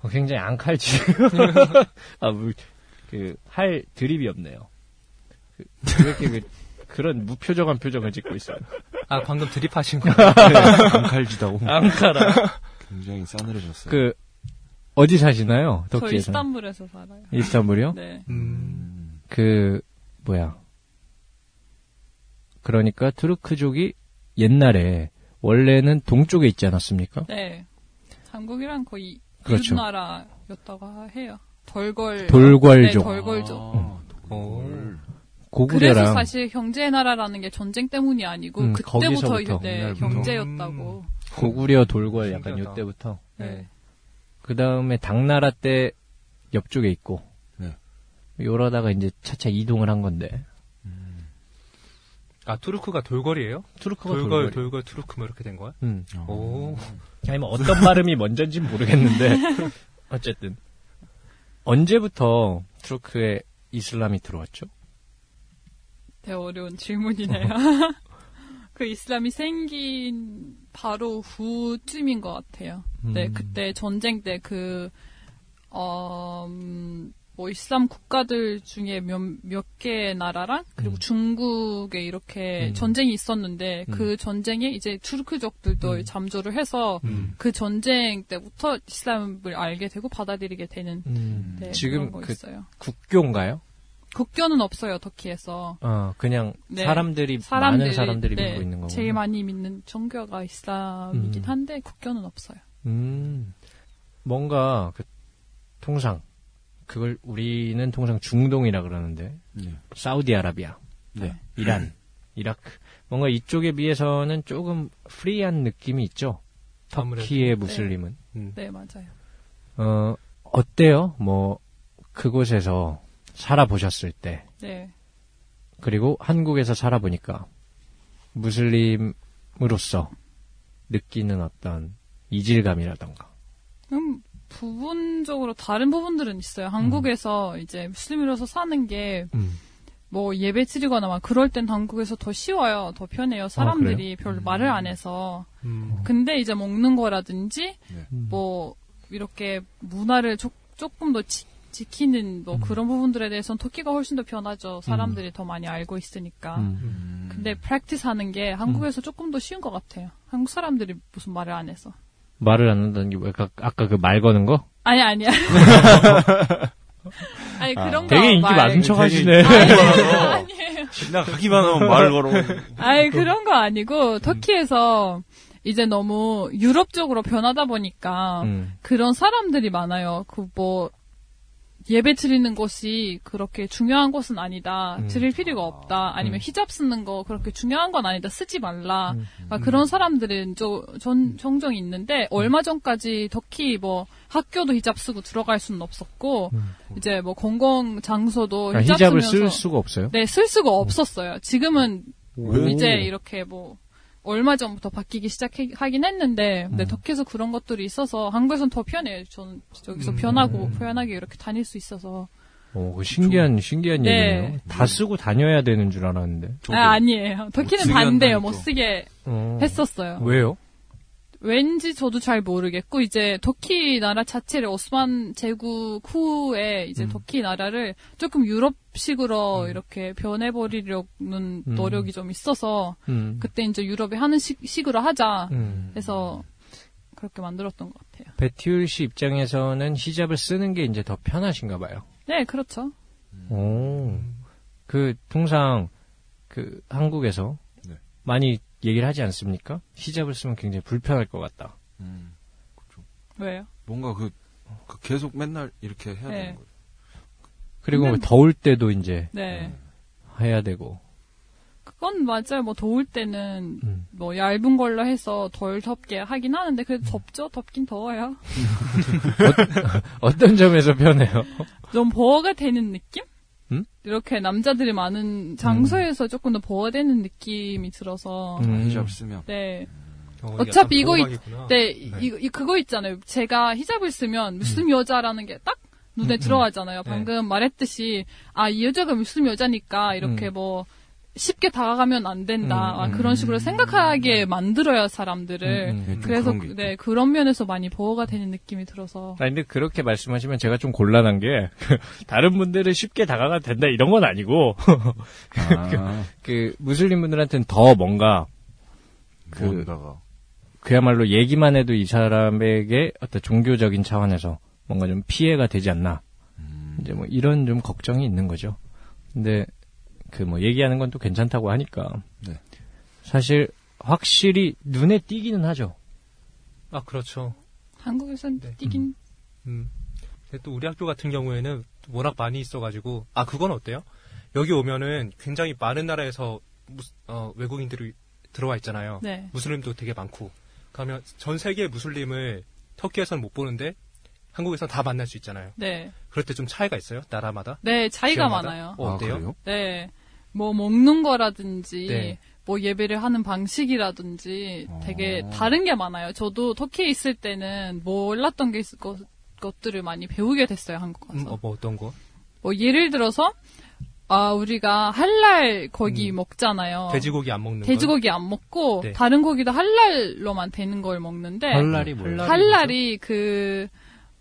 Speaker 1: 어, 굉장히 앙칼지. 아, 뭐, 그, 할 드립이 없네요. 그, 왜 이렇게 그, 그런 무표정한 표정을 짓고 있어요.
Speaker 5: 아, 방금 드립하신 거.
Speaker 6: 안칼지다고.
Speaker 1: 앙카라.
Speaker 6: 굉장히 싸늘해졌어요.
Speaker 1: 그, 어디 사시나요?
Speaker 4: 저
Speaker 1: 터키에서. 어?
Speaker 4: 이스탄불에서 살아요.
Speaker 1: 이스탄불이요?
Speaker 4: 네.
Speaker 5: 음,
Speaker 1: 그, 뭐야. 그러니까 투르크족이 옛날에 원래는 동쪽에 있지 않았습니까?
Speaker 4: 네. 한국이랑 거의
Speaker 1: 그렇죠.
Speaker 4: 이웃 나라였다고 해요. 덜걸
Speaker 1: 돌궐족.
Speaker 4: 네, 덜걸족.
Speaker 6: 아.
Speaker 5: 헐.
Speaker 4: 그래서
Speaker 1: 고구려랑
Speaker 4: 사실 경제의 나라라는 게 전쟁 때문이 아니고
Speaker 1: 음,
Speaker 4: 그때부터
Speaker 1: 거기서부터,
Speaker 4: 이제 네,
Speaker 1: 옛날부터. 음.
Speaker 4: 경제였다고.
Speaker 1: 고구려 돌궐 약간
Speaker 5: 신기하다.
Speaker 1: 요때부터
Speaker 4: 네.
Speaker 1: 그 다음에 당나라 때 옆쪽에 있고
Speaker 6: 네.
Speaker 1: 요러다가 이제 차차 이동을 한 건데
Speaker 5: 아, 투르크가 돌걸이에요?
Speaker 1: 투르크가
Speaker 5: 돌걸,
Speaker 1: 돌궐,
Speaker 5: 돌걸, 투르크 뭐 이렇게 된 거야?
Speaker 1: 음.
Speaker 5: 오.
Speaker 1: 아니 뭐 어떤 발음이 먼저인지 모르겠는데 어쨌든 언제부터 투르크에 이슬람이 들어왔죠?
Speaker 4: 되게 어려운 질문이네요.
Speaker 1: 어.
Speaker 4: 그 이슬람이 생긴 바로 후쯤인 것 같아요.
Speaker 1: 음.
Speaker 4: 네, 그때 전쟁 때 그, 어, 음, 뭐 이슬람 국가들 중에 몇, 몇 개의 나라랑 그리고 중국에 이렇게
Speaker 1: 음.
Speaker 4: 전쟁이 있었는데 그 전쟁에 이제 투르크족들도
Speaker 1: 음.
Speaker 4: 잠조를 해서 그 전쟁 때부터 이슬람을 알게 되고 받아들이게 되는 네,
Speaker 1: 지금
Speaker 4: 그런 거
Speaker 1: 그-
Speaker 4: 있어요.
Speaker 1: 음. 국교인가요?
Speaker 4: 국교는 없어요 터키에서.
Speaker 1: 어, 그냥
Speaker 4: 네.
Speaker 1: 사람들이,
Speaker 4: 사람들이,
Speaker 1: 많은 사람들이
Speaker 4: 네,
Speaker 1: 믿고 있는 거고.
Speaker 4: 제일 많이 믿는 종교가 이슬람이긴
Speaker 1: 음.
Speaker 4: 한데 국교는 없어요.
Speaker 1: 음, 뭔가 그 통상 그걸 우리는 통상 중동이라 그러는데
Speaker 6: 네.
Speaker 1: 사우디아라비아,
Speaker 6: 네.
Speaker 1: 이란, 이라크 뭔가 이쪽에 비해서는 조금 프리한 느낌이 있죠.
Speaker 5: 아무래도.
Speaker 1: 터키의 무슬림은
Speaker 4: 네 맞아요.
Speaker 1: 어 어때요? 뭐 그곳에서 살아보셨을 때
Speaker 4: 네.
Speaker 1: 그리고 한국에서 살아보니까 무슬림으로서 느끼는 어떤 이질감이라던가
Speaker 4: 음, 부분적으로 다른 부분들은 있어요. 한국에서 이제 무슬림으로서 사는 게 뭐
Speaker 1: 음.
Speaker 4: 예배 드리거나 막 그럴 땐 한국에서 더 쉬워요. 더
Speaker 1: 아,
Speaker 4: 편해요. 사람들이
Speaker 1: 음.
Speaker 4: 별로 말을 안 해서.
Speaker 5: 음.
Speaker 4: 근데 이제 먹는 거라든지
Speaker 6: 네.
Speaker 4: 뭐 이렇게 문화를 조, 금더 지, 키는
Speaker 1: 음.
Speaker 4: 뭐 그런 부분들에 대해서는 터키가 훨씬 더 편하죠. 사람들이 더 많이 알고 있으니까.
Speaker 1: 음.
Speaker 4: 근데 프랙티스 하는 게 한국에서 조금 더 쉬운 것 같아요. 한국 사람들이 무슨 말을 안 해서.
Speaker 1: 말을 안 한다는 게 뭐, 아까, 아까 그 말 거는 거?
Speaker 4: 아니 아니야. 아니 그런 거
Speaker 1: 되게 인기
Speaker 4: 말-
Speaker 1: 많은 척 하시네.
Speaker 4: 아니, 아니에요.
Speaker 6: 신나가기만 하면 말을 걸어.
Speaker 1: 음.
Speaker 4: 아니 그런 거 아니고 터키에서 이제 너무 유럽 쪽으로 변하다 보니까
Speaker 1: 음.
Speaker 4: 그런 사람들이 많아요. 그 뭐 예배 드리는 것이 그렇게 중요한 것은 아니다.
Speaker 1: 음.
Speaker 4: 드릴 필요가 없다. 아니면 히잡 쓰는 거 그렇게 중요한 건 아니다. 쓰지 말라.
Speaker 1: 음.
Speaker 4: 막 그런 사람들은 저, 전, 종종
Speaker 1: 음.
Speaker 4: 있는데 얼마 전까지 덕히 뭐 학교도 히잡 쓰고 들어갈 수는 없었고 이제 뭐 공공
Speaker 1: 음.
Speaker 4: 장소도
Speaker 1: 그러니까
Speaker 4: 히잡
Speaker 1: 히잡을
Speaker 4: 쓰면서
Speaker 1: 쓸 수가 없어요.
Speaker 4: 네, 쓸 수가 없었어요. 지금은
Speaker 1: 음.
Speaker 6: 왜요?
Speaker 4: 이제 이렇게 뭐 얼마 전부터 바뀌기 시작하긴 했는데 근데
Speaker 6: 음.
Speaker 4: 덕에서 그런 것들이 있어서 한국에선 더 편해요. 저는 여기서
Speaker 6: 음.
Speaker 4: 변하고 편하게 이렇게 다닐 수 있어서.
Speaker 1: 오, 그 신기한 신기한
Speaker 4: 네.
Speaker 1: 얘기네요. 다 쓰고 다녀야 되는 줄 알았는데.
Speaker 6: 저도 뭐
Speaker 4: 아, 아니에요. 덕키는
Speaker 6: 쓰게
Speaker 4: 반대요.
Speaker 6: 한다니까.
Speaker 4: 못 쓰게
Speaker 1: 어.
Speaker 4: 했었어요.
Speaker 1: 왜요?
Speaker 4: 왠지 저도 잘 모르겠고 이제 터키 나라 자체를 오스만 제국 후에 이제
Speaker 6: 음.
Speaker 4: 터키 나라를 조금 유럽식으로 이렇게 변해버리려는
Speaker 1: 음.
Speaker 4: 노력이 좀 있어서
Speaker 1: 음.
Speaker 4: 그때 이제 유럽이 하는 식, 식으로 하자
Speaker 1: 음.
Speaker 4: 해서 그렇게 만들었던 것 같아요.
Speaker 1: 배티울 씨 입장에서는 히잡을 쓰는 게 이제 더 편하신가 봐요.
Speaker 4: 네, 그렇죠.
Speaker 1: 오. 그 통상 그 한국에서
Speaker 6: 네.
Speaker 1: 많이 얘기를 하지 않습니까? 히잡을 쓰면 굉장히 불편할 것 같다.
Speaker 6: 음,
Speaker 4: 왜요?
Speaker 6: 뭔가 그, 그 계속 맨날 이렇게 해야
Speaker 4: 네.
Speaker 6: 되는 거예요.
Speaker 1: 그리고
Speaker 4: 근데-
Speaker 1: 더울 때도 이제
Speaker 4: 네.
Speaker 1: 해야 되고.
Speaker 4: 그건 맞아요. 뭐 더울 때는
Speaker 1: 음.
Speaker 4: 뭐 얇은 걸로 해서 덜 덥게 하긴 하는데 그래도 덥죠. 덥긴 더워요.
Speaker 1: 어떤 점에서 편해요?
Speaker 4: 좀 보호가 되는 느낌?
Speaker 1: 음?
Speaker 4: 이렇게 남자들이 많은 장소에서 조금 더 보호되는 느낌이 들어서
Speaker 1: 음.
Speaker 6: 아, 히잡 쓰면.
Speaker 4: 네,
Speaker 5: 어,
Speaker 4: 어차피 이거 있-
Speaker 5: 아,
Speaker 4: 네, 이- 이거 이- 그거 있잖아요. 제가 히잡을 쓰면 무슬림 여자라는 게 딱 눈에 들어가잖아요. 방금 말했듯이 아 이 여자가 무슬림 여자니까 이렇게 뭐 쉽게 다가가면 안 된다
Speaker 1: 음,
Speaker 4: 아,
Speaker 1: 음.
Speaker 4: 그런 식으로 생각하게 만들어요 사람들을.
Speaker 1: 음, 음.
Speaker 6: 네, 좀
Speaker 4: 그래서
Speaker 6: 그런 게 있죠.
Speaker 4: 네 그런 면에서 많이 보호가 되는 느낌이 들어서
Speaker 1: 아 근데 그렇게 말씀하시면 제가 좀 곤란한 게 다른 분들은 쉽게 다가가 된다 이런 건 아니고
Speaker 6: 아,
Speaker 1: 그 무슬림 분들한테는 더 뭔가 그-
Speaker 6: 뭔가가.
Speaker 1: 그야말로 얘기만 해도 이 사람에게 어떤 종교적인 차원에서 뭔가 좀 피해가 되지 않나.
Speaker 6: 음.
Speaker 1: 이제 뭐 이런 좀 걱정이 있는 거죠. 근데 그 뭐 얘기하는 건 또 괜찮다고 하니까.
Speaker 6: 네.
Speaker 1: 사실 확실히 눈에 띄기는 하죠.
Speaker 5: 아 그렇죠.
Speaker 4: 한국에선
Speaker 5: 네.
Speaker 4: 뛰긴
Speaker 5: 음. 근데 또 우리 학교 같은 경우에는 워낙 많이 있어가지고 아 그건 어때요? 여기 오면은 굉장히 많은 나라에서 무스- 어, 외국인들이 들어와 있잖아요.
Speaker 4: 네.
Speaker 5: 무슬림도 되게 많고 그러면 전 세계 무슬림을 터키에서는 못 보는데 한국에서는 다 만날 수 있잖아요.
Speaker 4: 네.
Speaker 5: 그럴 때 좀 차이가 있어요? 나라마다?
Speaker 4: 네, 차이가
Speaker 5: 지역마다?
Speaker 4: 많아요.
Speaker 5: 어,
Speaker 6: 아,
Speaker 5: 어때요?
Speaker 6: 그래요?
Speaker 4: 네. 뭐 먹는 거라든지
Speaker 5: 네.
Speaker 4: 뭐 예배를 하는 방식이라든지 되게
Speaker 5: 어.
Speaker 4: 다른 게 많아요. 저도 터키에 있을 때는 몰랐던 게 있을 것, 것들을 많이 배우게 됐어요, 한국 가서.
Speaker 5: 음, 어, 뭐 어떤 거?
Speaker 4: 뭐 예를 들어서 아, 우리가 할랄 거기 먹잖아요.
Speaker 5: 음. 돼지고기 안 먹는 거?
Speaker 4: 어. 돼지고기 안 먹고
Speaker 5: 네.
Speaker 4: 다른 고기도 할랄로만 되는 걸 먹는데
Speaker 1: 헐랄이 뭐예요?
Speaker 5: 헐랄이
Speaker 4: 할랄이 그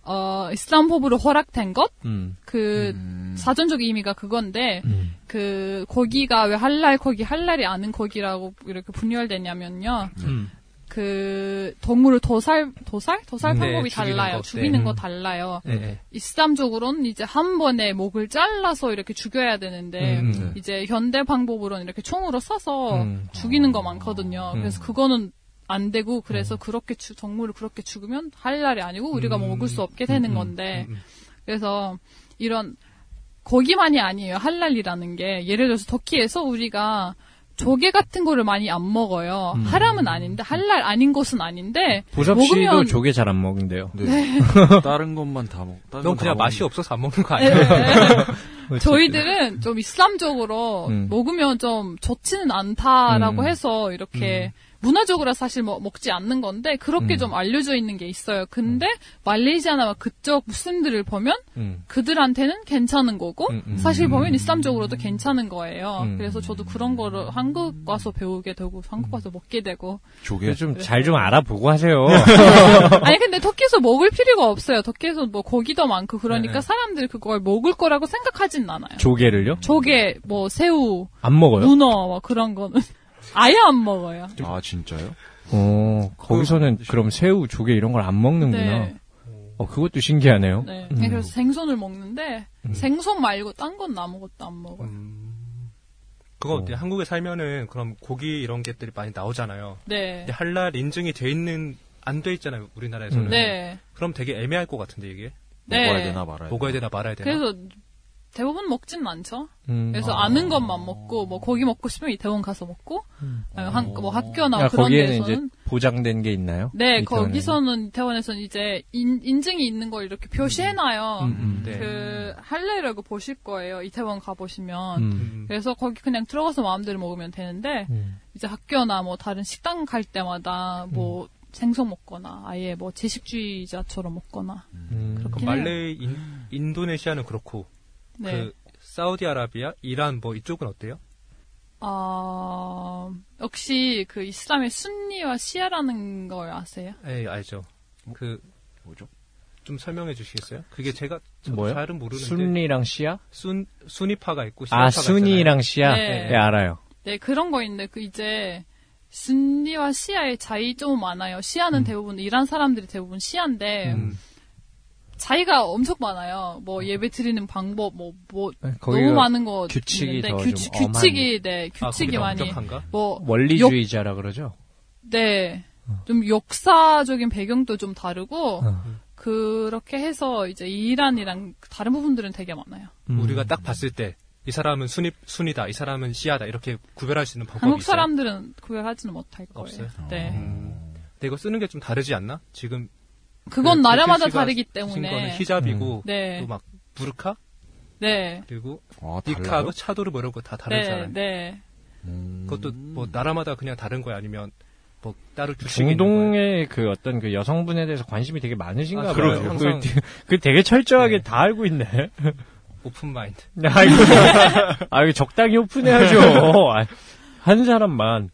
Speaker 4: 어, 이슬람 법으로 허락된 것?
Speaker 1: 음.
Speaker 4: 그 사전적 의미가 그건데
Speaker 1: 음.
Speaker 4: 그 고기가 왜 할랄 거기 할랄이 아닌 거기라고 이렇게 분열되냐면요.
Speaker 1: 음.
Speaker 4: 그 동물을 도살 도살 도살
Speaker 5: 네,
Speaker 4: 방법이
Speaker 5: 죽이는
Speaker 4: 달라요.
Speaker 5: 거.
Speaker 4: 죽이는
Speaker 5: 네.
Speaker 4: 거 달라요.
Speaker 1: 예,
Speaker 5: 네, 네.
Speaker 4: 이슬람적으로는 이제 한 번에 목을 잘라서 이렇게 죽여야 되는데
Speaker 1: 음,
Speaker 6: 네.
Speaker 4: 이제 현대 방법으로는 이렇게 총으로 쏴서
Speaker 1: 음.
Speaker 4: 죽이는 거 많거든요.
Speaker 1: 음.
Speaker 4: 그래서 그거는 안 되고 그래서 그렇게 죽- 동물을 그렇게 죽으면 할 날이 아니고 우리가 뭐
Speaker 5: 음.
Speaker 4: 먹을 수 없게 되는
Speaker 1: 음,
Speaker 4: 건데
Speaker 5: 음, 음.
Speaker 4: 그래서 이런 거기만이 아니에요. 할랄이라는 게 예를 들어서 터키에서 우리가 조개 같은 거를 많이 안 먹어요.
Speaker 1: 음.
Speaker 4: 하람은 아닌데 할랄 아닌 것은 아닌데
Speaker 1: 보섭 씨도
Speaker 4: 먹으면
Speaker 1: 조개 잘 안 먹는데요.
Speaker 6: 네. 다른 것만 다 먹, 다른
Speaker 5: 넌
Speaker 6: 건다
Speaker 5: 그냥 맛이
Speaker 6: 먹는데.
Speaker 5: 없어서 안 먹는 거
Speaker 4: 네,
Speaker 5: 아니야?
Speaker 4: 네.
Speaker 1: 그렇죠.
Speaker 4: 저희들은 좀 이슬람적으로
Speaker 1: 음.
Speaker 4: 먹으면 좀 좋지는 않다라고
Speaker 1: 음. 음.
Speaker 4: 해서 이렇게 문화적으로 사실 뭐 먹지 않는 건데 그렇게 좀 알려져 있는 게 있어요. 근데 말레이시아나 막 그쪽 무슬림들을 보면
Speaker 1: 음.
Speaker 4: 그들한테는 괜찮은 거고
Speaker 1: 음, 음.
Speaker 4: 사실 보면 이슬람적으로도 괜찮은 거예요.
Speaker 1: 음.
Speaker 4: 그래서 저도 그런 거를 한국 와서 배우게 되고 한국 와서 먹게 되고
Speaker 6: 조개.
Speaker 1: 좀 잘 좀 알아보고 하세요.
Speaker 4: 아니 근데 터키에서 먹을 필요가 없어요. 터키에서 뭐 고기도 많고 그러니까
Speaker 5: 네.
Speaker 4: 사람들이 그걸 먹을 거라고 생각하진 않아요.
Speaker 1: 조개를요?
Speaker 4: 조개, 뭐 새우,
Speaker 1: 안 먹어요?
Speaker 4: 문어 막 그런 거는 아예 안 먹어요.
Speaker 6: 아, 진짜요?
Speaker 1: 어, 거기서는 그럼 새우, 조개 이런 걸 안 먹는구나.
Speaker 4: 네,
Speaker 1: 어, 그것도 신기하네요.
Speaker 4: 네.
Speaker 1: 음.
Speaker 4: 그래서 생선을 먹는데 생선 말고 딴 건 아무것도 안 먹어요.
Speaker 5: 음. 그거 어때요? 한국에 살면은 그럼 고기 이런 것들이 많이 나오잖아요.
Speaker 4: 네,
Speaker 5: 근데 할랄 인증이 돼 있는 안 돼 있잖아요 우리나라에서는.
Speaker 1: 음.
Speaker 4: 네.
Speaker 5: 그럼 되게 애매할 것 같은데 이게.
Speaker 4: 네.
Speaker 6: 먹어야 되나 말아야
Speaker 5: 먹어야 되나 말아야 되나.
Speaker 4: 그래서 대부분 먹진 않죠.
Speaker 1: 음.
Speaker 4: 그래서
Speaker 6: 아.
Speaker 4: 아는 것만 먹고 뭐 고기 먹고 싶으면 이태원 가서 먹고
Speaker 1: 음.
Speaker 4: 아니면 한, 뭐
Speaker 6: 어.
Speaker 4: 학교나
Speaker 1: 야,
Speaker 4: 그런
Speaker 1: 거기에는
Speaker 4: 데서는
Speaker 1: 이제 보장된 게 있나요?
Speaker 4: 네
Speaker 1: 이태원에는?
Speaker 4: 거기서는 이태원에서는 이제 인, 인증이 있는 걸 이렇게 표시해놔요.
Speaker 1: 음, 음.
Speaker 5: 네.
Speaker 4: 그 할례라고 보실 거예요. 이태원 가 보시면.
Speaker 1: 음.
Speaker 5: 음.
Speaker 4: 그래서 거기 그냥 들어가서 마음대로 먹으면 되는데
Speaker 1: 음.
Speaker 4: 이제 학교나 뭐 다른 식당 갈 때마다 뭐
Speaker 5: 음.
Speaker 4: 생선 먹거나 아예 뭐 채식주의자처럼 먹거나
Speaker 1: 음.
Speaker 5: 그 말레이, 인, 인도네시아는 그렇고
Speaker 4: 네.
Speaker 5: 그 사우디아라비아, 이란 뭐 이쪽은 어때요?
Speaker 4: 아, 역시 그 이슬람의 순니와 시아라는 걸 아세요?
Speaker 5: 예, 알죠. 그 좀
Speaker 6: 뭐죠?
Speaker 5: 설명해 주시겠어요? 그게 제가 저도
Speaker 1: 뭐요?
Speaker 5: 잘은 모르는데
Speaker 1: 순리랑 시아?
Speaker 5: 순 순이파가 있고 시아파가
Speaker 1: 아,
Speaker 5: 있잖아요.
Speaker 1: 순이랑 시아?
Speaker 4: 네.
Speaker 1: 네, 알아요.
Speaker 4: 네, 그런 거 있는데 그 이제 순니와 시아의 차이좀 많아요. 시아는 대부분 이란 사람들이 대부분 시아인데
Speaker 5: 음.
Speaker 4: 차이가 엄청 많아요. 뭐 예배 드리는 방법 뭐뭐
Speaker 5: 네,
Speaker 1: 네, 거기가
Speaker 4: 너무 많은 거
Speaker 1: 규칙이
Speaker 4: 있는데
Speaker 1: 더
Speaker 4: 규칙,
Speaker 1: 좀 엄한-
Speaker 4: 규칙이 네
Speaker 5: 아,
Speaker 4: 규칙이
Speaker 5: 거기가
Speaker 4: 많이
Speaker 5: 엄격한가?
Speaker 4: 뭐
Speaker 1: 원리주의자라 그러죠?
Speaker 4: 네. 좀 역사적인 배경도 좀 다르고
Speaker 1: 어.
Speaker 4: 그렇게 해서 이제 이란이랑 다른 부분들은 되게 많아요.
Speaker 1: 음.
Speaker 5: 우리가 딱 봤을 때 이 사람은 순이 순이다, 이 사람은 시아다 이렇게 구별할 수 있는 방법이
Speaker 4: 한국
Speaker 5: 있어요?
Speaker 4: 사람들은 구별하지는 못할 거예요.
Speaker 5: 없어요?
Speaker 4: 네.
Speaker 5: 음. 근데 이거 쓰는 게 좀 다르지 않나? 지금
Speaker 4: 그건
Speaker 5: 그
Speaker 4: 나라마다
Speaker 5: 대표씨가
Speaker 4: 다르기
Speaker 5: 쓰신 거는
Speaker 4: 때문에
Speaker 5: 히잡이고
Speaker 4: 네.
Speaker 5: 또 막 부르카
Speaker 4: 네.
Speaker 5: 그리고
Speaker 6: 아, 달라요?
Speaker 5: 니카브 차도르 뭐 이런 거 다
Speaker 4: 네.
Speaker 5: 다르잖아요.
Speaker 4: 네.
Speaker 6: 음.
Speaker 5: 그것도 뭐 나라마다 그냥 다른 거야 아니면 뭐 따로 규칙이 있는 거예요?
Speaker 1: 중동의 그 어떤 그 여성분에 대해서 관심이 되게 많으신가
Speaker 5: 아,
Speaker 1: 봐요.
Speaker 5: 그러게요.
Speaker 1: 항상 그, 되게 철저하게
Speaker 5: 네.
Speaker 1: 다 알고 있네.
Speaker 5: 오픈 마인드.
Speaker 1: 아이고, 아이고 적당히 오픈해야죠. 아, 한 사람만 한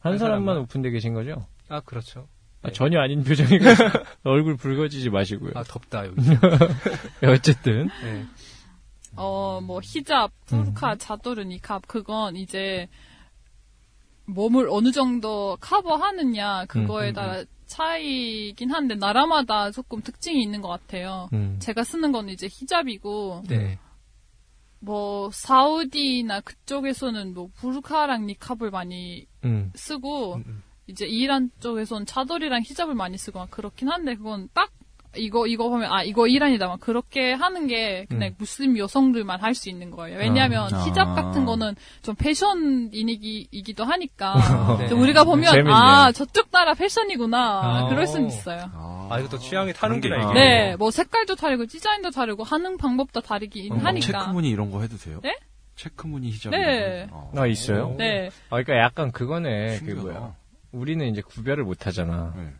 Speaker 5: 한
Speaker 1: 사람만
Speaker 5: 사람만.
Speaker 1: 오픈돼 계신 거죠?
Speaker 5: 아 그렇죠.
Speaker 1: 아,
Speaker 5: 네.
Speaker 1: 전혀 아닌 표정이 얼굴 붉어지지 마시고요.
Speaker 5: 아 덥다 여기.
Speaker 1: 어쨌든
Speaker 5: 네.
Speaker 4: 어, 뭐 히잡,
Speaker 1: 음.
Speaker 4: 부르카, 자도르, 니캅 그건 이제 몸을 어느 정도 커버하느냐 그거에
Speaker 1: 음, 음,
Speaker 4: 따라 차이긴 한데 나라마다 조금 특징이 있는 것 같아요.
Speaker 1: 음.
Speaker 4: 제가 쓰는 건 이제 히잡이고
Speaker 5: 네.
Speaker 4: 뭐 사우디나 그쪽에서는 뭐 부르카랑 니캅을 많이
Speaker 1: 음.
Speaker 4: 쓰고
Speaker 5: 음, 음.
Speaker 4: 이제 이란 쪽에선 차돌이랑 히잡을 많이 쓰고 막 그렇긴 한데 그건 딱 이거 이거 보면 아 이거 이란이다 막 그렇게 하는 게 그냥 무슬림 여성들만 할 수 있는 거예요. 왜냐하면
Speaker 6: 아.
Speaker 4: 히잡 같은 거는 좀 패션이기도 하니까
Speaker 5: 네.
Speaker 4: 좀 우리가 보면
Speaker 1: 재밌네요.
Speaker 4: 아 저쪽 나라 패션이구나
Speaker 5: 아.
Speaker 4: 그럴 수는 있어요.
Speaker 6: 아,
Speaker 5: 아 이것도 취향이 타는구나
Speaker 6: 그런
Speaker 5: 이게.
Speaker 6: 게
Speaker 4: 네, 뭐 색깔도 다르고 디자인도 다르고 하는 방법도 다르긴
Speaker 6: 어,
Speaker 4: 하니까.
Speaker 6: 체크무늬 이런 거 해도 돼요?
Speaker 4: 네?
Speaker 6: 체크무늬 히잡.
Speaker 4: 네.
Speaker 6: 어.
Speaker 1: 아 있어요?
Speaker 4: 네,
Speaker 1: 아 그러니까 약간 그거네. 그
Speaker 6: 신기하다.
Speaker 1: 뭐야? 우리는 이제 구별을 못 하잖아.
Speaker 6: 네.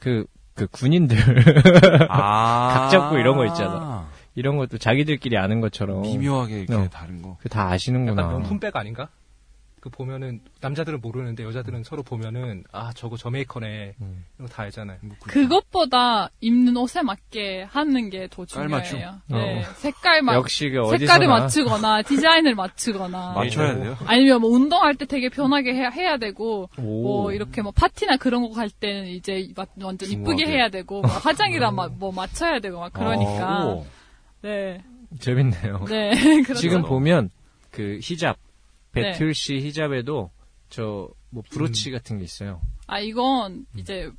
Speaker 1: 그 그 군인들
Speaker 6: 아.
Speaker 1: 각 잡고 이런 거 있잖아. 이런 것도 자기들끼리 아는 것처럼
Speaker 6: 미묘하게 이렇게
Speaker 1: 어.
Speaker 6: 다른 거.
Speaker 1: 그다 아시는구나.
Speaker 5: 약간 명품백 아닌가? 그 보면은 남자들은 모르는데 여자들은 서로 보면은 아 저거 저메이커네
Speaker 1: 음.
Speaker 5: 이런 거 다 알잖아요.
Speaker 6: 뭐
Speaker 4: 그것보다 입는 옷에 맞게 하는 게 더
Speaker 6: 깔맞춤?
Speaker 4: 중요해요. 네,
Speaker 1: 어.
Speaker 4: 색깔 맞
Speaker 1: 역시 그 어디서나
Speaker 4: 색깔을 맞추거나 디자인을 맞추거나
Speaker 6: 맞춰야 돼요?
Speaker 4: 아니면 뭐 운동할 때 되게 편하게 해야, 해야 되고
Speaker 1: 오.
Speaker 4: 뭐 이렇게 뭐 파티나 그런 거 갈 때는 이제 막 완전 이쁘게
Speaker 6: 중후하게.
Speaker 4: 해야 되고 뭐
Speaker 1: 음.
Speaker 4: 화장이랑 막 뭐 맞춰야 되고 막
Speaker 1: 아,
Speaker 4: 그러니까
Speaker 6: 어, 오.
Speaker 4: 네.
Speaker 1: 재밌네요.
Speaker 4: 네. 그렇죠.
Speaker 1: 어.
Speaker 4: 네.
Speaker 1: 지금 보면 그 히잡 배틀씨 히잡에도 저 뭐
Speaker 6: 음.
Speaker 1: 브로치 같은 게 있어요.
Speaker 4: 아
Speaker 1: 음.
Speaker 4: 이건 이제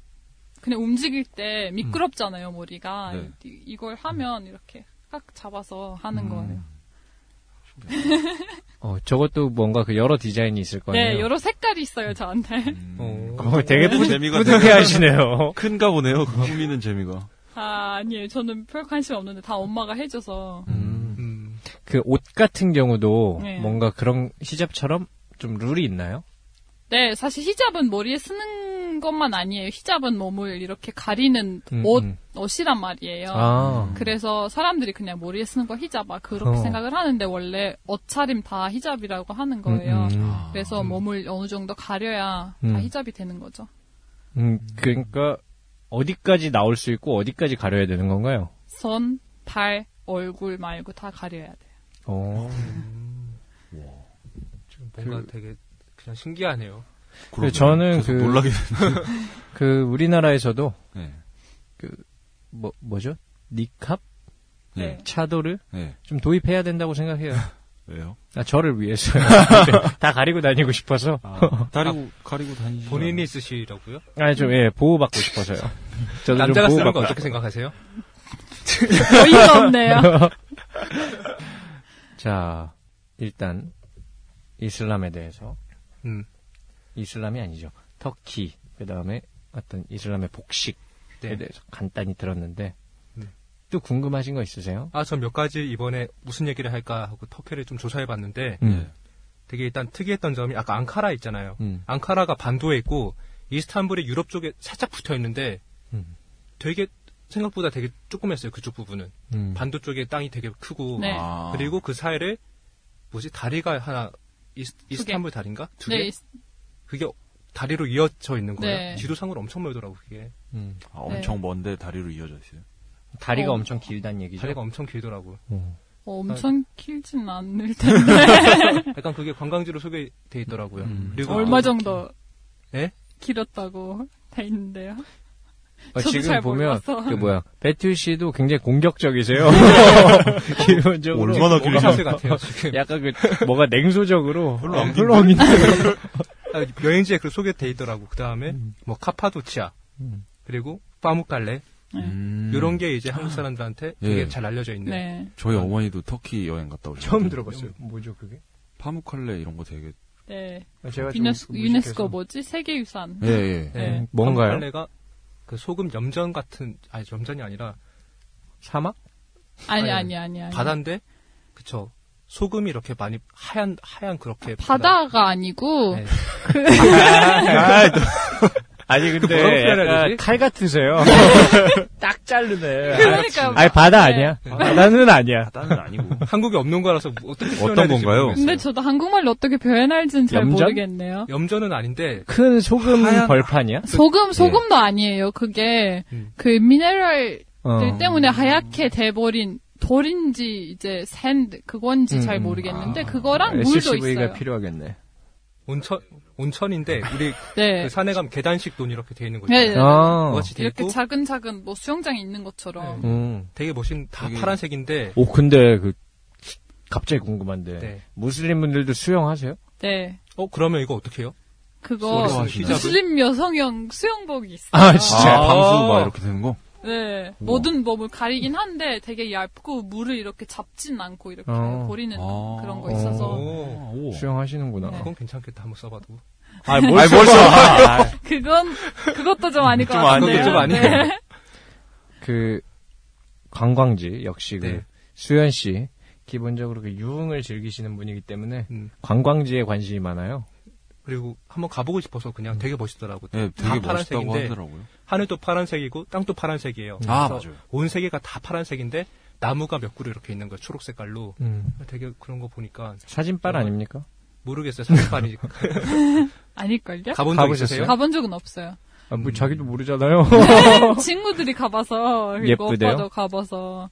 Speaker 4: 그냥 움직일 때 미끄럽잖아요, 머리가.
Speaker 6: 네.
Speaker 4: 이- 이걸 하면 이렇게 딱
Speaker 1: 음,
Speaker 4: 잡아서 하는 거예요.
Speaker 1: 어 저것도 뭔가 그 여러 디자인이 있을 거예요.
Speaker 4: 네, 여러 색깔이 있어요, 저한테.
Speaker 5: 어.
Speaker 1: 어, 되게 뿌,
Speaker 6: 재미가
Speaker 1: 뿌듯해
Speaker 6: 되게-
Speaker 1: 하시네요.
Speaker 6: 큰가 보네요. 그 꾸미는 재미가.
Speaker 4: 아, 아니에요. 저는 별 관심 없는데 다 엄마가 해줘서.
Speaker 5: 음.
Speaker 1: 그 옷 같은 경우도
Speaker 4: 네.
Speaker 1: 뭔가 그런 히잡처럼 좀 룰이 있나요?
Speaker 4: 네, 사실 히잡은 머리에 쓰는 것만 아니에요. 히잡은 몸을 이렇게 가리는
Speaker 1: 음,
Speaker 4: 옷,
Speaker 1: 음.
Speaker 4: 옷이란 말이에요.
Speaker 1: 아,
Speaker 4: 그래서 사람들이 그냥 머리에 쓰는 거 히잡아 그렇게
Speaker 1: 어.
Speaker 4: 생각을 하는데 원래 옷차림 다 히잡이라고 하는 거예요.
Speaker 1: 음, 음.
Speaker 4: 그래서 몸을 어느 정도 가려야
Speaker 1: 음.
Speaker 4: 다 히잡이 되는 거죠.
Speaker 1: 음, 그러니까 어디까지 나올 수 있고 어디까지 가려야 되는 건가요?
Speaker 4: 손, 발, 얼굴 말고 다 가려야 돼요.
Speaker 1: 어,
Speaker 5: 지금 뭔가 되게 그냥 신기하네요.
Speaker 6: 그러네요.
Speaker 1: 저는
Speaker 6: 계속
Speaker 1: 그-
Speaker 6: 놀라게 되
Speaker 1: 그 우리나라에서도
Speaker 6: 네.
Speaker 1: 뭐 뭐죠? 니캅,
Speaker 6: 네.
Speaker 1: 차도를
Speaker 6: 네.
Speaker 1: 좀 도입해야 된다고 생각해요.
Speaker 6: 왜요?
Speaker 1: 아, 저를 위해서 네. 다 가리고 다니고 싶어서
Speaker 6: 다리고 아. 가리고 다니시.
Speaker 5: 본인이 쓰시라고요?
Speaker 1: 아, 아니 좀 예 보호받고 싶어서요. 저도 좀
Speaker 5: 남자가 쓰는 거
Speaker 1: 보호받고
Speaker 5: 어떻게 생각하세요?
Speaker 4: 어이가 없네요.
Speaker 1: 자, 일단 이슬람에 대해서
Speaker 5: 음,
Speaker 1: 이슬람이 아니죠. 터키 그다음에 어떤 이슬람의 복식에
Speaker 5: 네.
Speaker 1: 대해서 간단히 들었는데
Speaker 5: 네.
Speaker 1: 또 궁금하신 거 있으세요?
Speaker 5: 아, 전 몇 가지 이번에 무슨 얘기를 할까 하고 터키를 좀 조사해 봤는데
Speaker 1: 음.
Speaker 5: 되게 일단 특이했던 점이 아까 앙카라 있잖아요.
Speaker 1: 음.
Speaker 5: 앙카라가 반도에 있고 이스탄불이 유럽 쪽에 살짝 붙어 있는데
Speaker 1: 음.
Speaker 5: 되게 생각보다 되게 조그맸어요. 그쪽 부분은.
Speaker 1: 음.
Speaker 5: 반도 쪽에 땅이 되게 크고
Speaker 4: 네.
Speaker 6: 아.
Speaker 5: 그리고 그 사이를 뭐지 다리가 하나 이스, 이스탄불 다리인가? 두 개.
Speaker 4: 네, 있-
Speaker 5: 그게 다리로 이어져 있는 거예요.
Speaker 4: 네.
Speaker 5: 지도상으로 엄청 멀더라고 그게.
Speaker 1: 음.
Speaker 6: 아, 엄청 먼데 다리로 이어져 있어요.
Speaker 1: 다리가
Speaker 4: 어.
Speaker 1: 엄청 길다는 얘기죠.
Speaker 5: 다리가 엄청 길더라고.
Speaker 1: 음.
Speaker 4: 어, 엄청 길진 않을 텐데.
Speaker 5: 약간 그게 관광지로 소개돼 있더라고요.
Speaker 6: 음.
Speaker 1: 아,
Speaker 5: 그리고
Speaker 4: 얼마
Speaker 5: 또-
Speaker 4: 정도
Speaker 1: 네?
Speaker 5: 예?
Speaker 4: 길었다고 돼 있는데요.
Speaker 1: 어,
Speaker 4: 저도
Speaker 1: 지금
Speaker 4: 잘
Speaker 1: 보면
Speaker 4: 몰라서.
Speaker 1: 그 뭐야 배틀 씨도 굉장히 공격적이세요. 기본적으로
Speaker 6: 얼마나
Speaker 5: 오리 사슬 같아요 지금.
Speaker 1: 약간 그 뭐가 냉소적으로 어,
Speaker 6: 별로 안
Speaker 1: 흘러오는데
Speaker 5: 아, 여행지에 그 소개돼 있더라고. 그 다음에 뭐 카파도치아
Speaker 1: 음.
Speaker 5: 그리고 파묵달레
Speaker 4: 네.
Speaker 6: 음.
Speaker 5: 이런 게 이제 한국 사람들한테
Speaker 6: 예.
Speaker 5: 되게 잘 알려져 있는.
Speaker 4: 네.
Speaker 6: 저희 어머니도 터키 여행 갔다 오셨어요.
Speaker 5: 처음 들어봤어요.
Speaker 1: 뭐죠 그게?
Speaker 6: 파묵칼레 이런 거 되게
Speaker 4: 네.
Speaker 1: 제가 좀
Speaker 4: 유네스,
Speaker 1: 무식해서.
Speaker 4: 유네스코 뭐지? 세계유산.
Speaker 6: 예, 예.
Speaker 4: 네.
Speaker 1: 음, 뭔가요?
Speaker 5: 파묵달레가 그 소금 염전 같은 아니 염전이 아니라
Speaker 1: 사막?
Speaker 4: 아니,
Speaker 5: 아니,
Speaker 4: 아니, 아니, 아니.
Speaker 5: 바다인데 그쵸 소금이 이렇게 많이 하얀 하얀 그렇게
Speaker 4: 아, 바다가 아니고,
Speaker 5: 네.
Speaker 1: 아, 아니
Speaker 5: 뭐라고 표현해야 되지?
Speaker 1: 칼 같으세요. 딱 자르네.
Speaker 4: 그러니까.
Speaker 1: 아니 바다 아니야. 바다는 아니야.
Speaker 6: 바다는 아니고.
Speaker 5: 한국에 없는 거라서 뭐 어떻게
Speaker 6: 어떤
Speaker 5: 표현해야 될지
Speaker 6: 건가요?
Speaker 5: 모르겠어요.
Speaker 4: 근데 저도 한국말로 어떻게 표현할지는 잘
Speaker 1: 염전?
Speaker 4: 모르겠네요.
Speaker 5: 염전은 아닌데
Speaker 1: 큰 소금
Speaker 5: 하얀-
Speaker 1: 벌판이야?
Speaker 4: 소금, 소금도 아니에요. 그게,
Speaker 5: 음.
Speaker 4: 그 미네랄
Speaker 1: 어.
Speaker 4: 들 때문에 하얗게 돼버린 돌인지 이제 샌드 그건지
Speaker 1: 음.
Speaker 4: 잘
Speaker 1: 네,
Speaker 4: 모르겠는데 그거랑 물도
Speaker 1: SCV가
Speaker 4: 있어요.
Speaker 1: 필요하겠네.
Speaker 5: 온천 온천인데 우리
Speaker 4: 네.
Speaker 5: 그 산에 가면 계단식 돈 이렇게 돼 있는 거
Speaker 4: 네,
Speaker 5: 있잖아요.
Speaker 4: 네.
Speaker 1: 아.
Speaker 5: 같이 돼
Speaker 4: 이렇게
Speaker 5: 있고
Speaker 4: 차근차근 뭐 수영장이 있는 것처럼.
Speaker 1: 음.
Speaker 5: 되게 멋있는 다
Speaker 6: 되게-
Speaker 5: 파란색인데
Speaker 1: 오 근데 그 갑자기 궁금한데
Speaker 5: 네.
Speaker 1: 무슬림 분들도 수영하세요?
Speaker 4: 네.
Speaker 5: 어 그러면 이거 어떻게 해요?
Speaker 4: 그거
Speaker 6: 소리
Speaker 5: 히잡을?
Speaker 4: 무슬림 여성용 수영복이 있어요.
Speaker 1: 아, 진짜?
Speaker 6: 아, 방수 막 이렇게 되는 거?
Speaker 4: 네. 모든 몸을 가리긴 한데 되게 얇고 물을 이렇게 잡진 않고 이렇게
Speaker 1: 어.
Speaker 4: 버리는
Speaker 6: 아.
Speaker 4: 그런 거 있어서
Speaker 5: 오
Speaker 6: 오.
Speaker 1: 수영하시는구나.
Speaker 4: 네.
Speaker 5: 그건 괜찮겠다 한번 써봐도
Speaker 1: 아니 뭘 써?
Speaker 4: 그건 그것도 좀 아닐 것
Speaker 6: 좀 아니에요.
Speaker 4: 같은데요.
Speaker 5: 좀 아니에요.
Speaker 4: 네.
Speaker 1: 그 관광지 역시 그
Speaker 5: 네.
Speaker 1: 수현 씨 기본적으로 그 유흥을 즐기시는 분이기 때문에
Speaker 5: 음.
Speaker 1: 관광지에 관심이 많아요.
Speaker 5: 그리고 한번 가보고 싶어서 그냥 되게 멋있더라고.
Speaker 6: 예,
Speaker 5: 다
Speaker 6: 되게 멋있다고
Speaker 5: 파란색인데
Speaker 6: 하더라고요.
Speaker 5: 하늘도 파란색이고 땅도 파란색이에요.
Speaker 6: 아,
Speaker 5: 그래서
Speaker 6: 맞아요.
Speaker 5: 온 세계가 다 파란색인데 나무가 몇 그루 이렇게 있는 거예요. 초록 색깔로.
Speaker 1: 음.
Speaker 5: 되게 그런 거 보니까
Speaker 1: 사진빨 아닙니까?
Speaker 5: 모르겠어요. 산발이
Speaker 4: 아닐걸요?
Speaker 5: 가본 적
Speaker 1: 가보셨어요?
Speaker 5: 있으세요?
Speaker 4: 가본 적은 없어요.
Speaker 1: 아, 뭐 자기도 모르잖아요.
Speaker 4: 친구들이 가봐서 그리고
Speaker 1: 예쁘대요?
Speaker 4: 오빠도 가봐서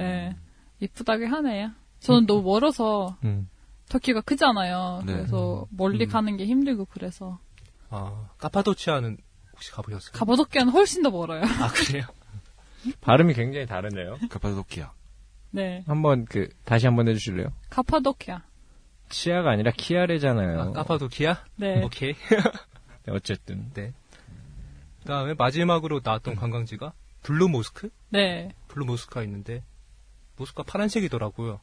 Speaker 4: 예 이쁘다고 하네요. 저는 너무 멀어서
Speaker 1: 음.
Speaker 4: 터키가 크잖아요.
Speaker 6: 네.
Speaker 4: 그래서 멀리 가는 게 힘들고 그래서
Speaker 5: 아, 카파도치아는 혹시 가보셨어요?
Speaker 4: 가바도키아는 훨씬 더 멀어요.
Speaker 5: 아 그래요?
Speaker 1: 발음이 굉장히 다르네요.
Speaker 6: 카파도키아.
Speaker 4: 네,
Speaker 1: 한번 그 다시 한번 해주실래요?
Speaker 4: 카파도키아.
Speaker 1: 치아가 아니라 키아레잖아요.
Speaker 5: 아, 카파도키아?
Speaker 4: 네,
Speaker 5: 오케이.
Speaker 1: 네, 어쨌든
Speaker 5: 그다음에 마지막으로 나왔던 관광지가 블루 모스크?
Speaker 4: 네.
Speaker 5: 블루 모스크가 있는데 모스크가 파란색이더라고요.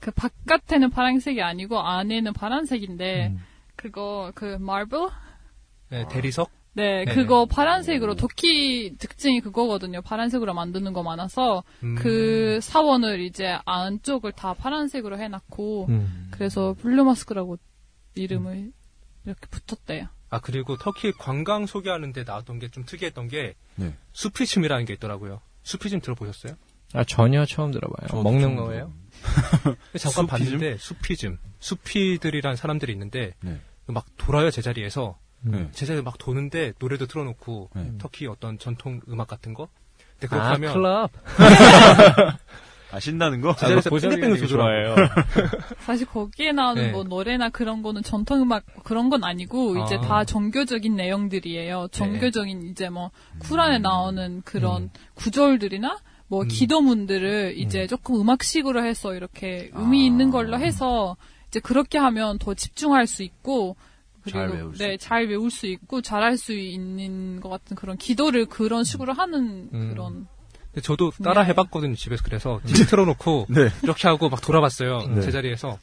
Speaker 4: 그 바깥에는 파란색이 아니고 안에는 파란색인데 그거 그 marble
Speaker 6: 아.
Speaker 5: 네, 대리석?
Speaker 4: 네,
Speaker 5: 네.
Speaker 4: 그거 파란색으로 도끼 특징이 그거거든요. 파란색으로 만드는 거 많아서
Speaker 5: 음.
Speaker 4: 그 사원을 이제 안쪽을 다 파란색으로 해놨고
Speaker 1: 음.
Speaker 4: 그래서 블루마스크라고 이름을 이렇게 붙었대요.
Speaker 5: 아 그리고 터키 관광 소개하는데 나왔던 게 좀 특이했던 게
Speaker 6: 네.
Speaker 5: 수프리즘이라는 게 있더라고요. 수프리즘 들어보셨어요?
Speaker 1: 아 전혀 처음 들어봐요.
Speaker 6: 저도 처음
Speaker 1: 먹는 거예요?
Speaker 5: 네,
Speaker 6: 수피즘?
Speaker 5: 잠깐 봤는데 수피즘, 수피들이란 사람들이 있는데
Speaker 6: 네.
Speaker 5: 막 돌아요 제자리에서
Speaker 6: 네.
Speaker 5: 제자리 막 도는데 노래도 틀어놓고
Speaker 6: 네.
Speaker 5: 터키 어떤 전통 음악 같은 거. 근데 그렇게
Speaker 1: 아
Speaker 5: 하면
Speaker 1: 클럽.
Speaker 6: 아, 신나는 거?
Speaker 5: 제자리에서 뺑글뺑글
Speaker 1: 되게
Speaker 5: 도더라고요.
Speaker 4: 사실 거기에 나오는
Speaker 5: 네.
Speaker 4: 뭐 노래나 그런 거는 전통 음악 뭐 그런 건 아니고 이제
Speaker 5: 아. 네.
Speaker 4: 다 종교적인 내용들이에요. 종교적인 이제 뭐 쿠란에 나오는 그런 구절들이나 뭐
Speaker 5: 음.
Speaker 4: 기도문들을 이제 조금 음악식으로 해서 이렇게
Speaker 5: 아.
Speaker 4: 의미 있는 걸로 해서 이제 그렇게 하면 더 집중할 수 있고
Speaker 6: 잘
Speaker 4: 그리고
Speaker 6: 외울 수
Speaker 4: 네,
Speaker 6: 있고.
Speaker 4: 잘 외울
Speaker 5: 음.
Speaker 4: 수 있고 잘할 수 있는 것 같은 그런 기도를 그런 식으로 하는
Speaker 1: 음.
Speaker 4: 그런
Speaker 5: 근데 저도 따라
Speaker 4: 네.
Speaker 5: 해봤거든요 집에서 그래서 TV 틀어놓고
Speaker 6: 네.
Speaker 5: 이렇게 하고 막 돌아봤어요
Speaker 6: 네.
Speaker 5: 제자리에서.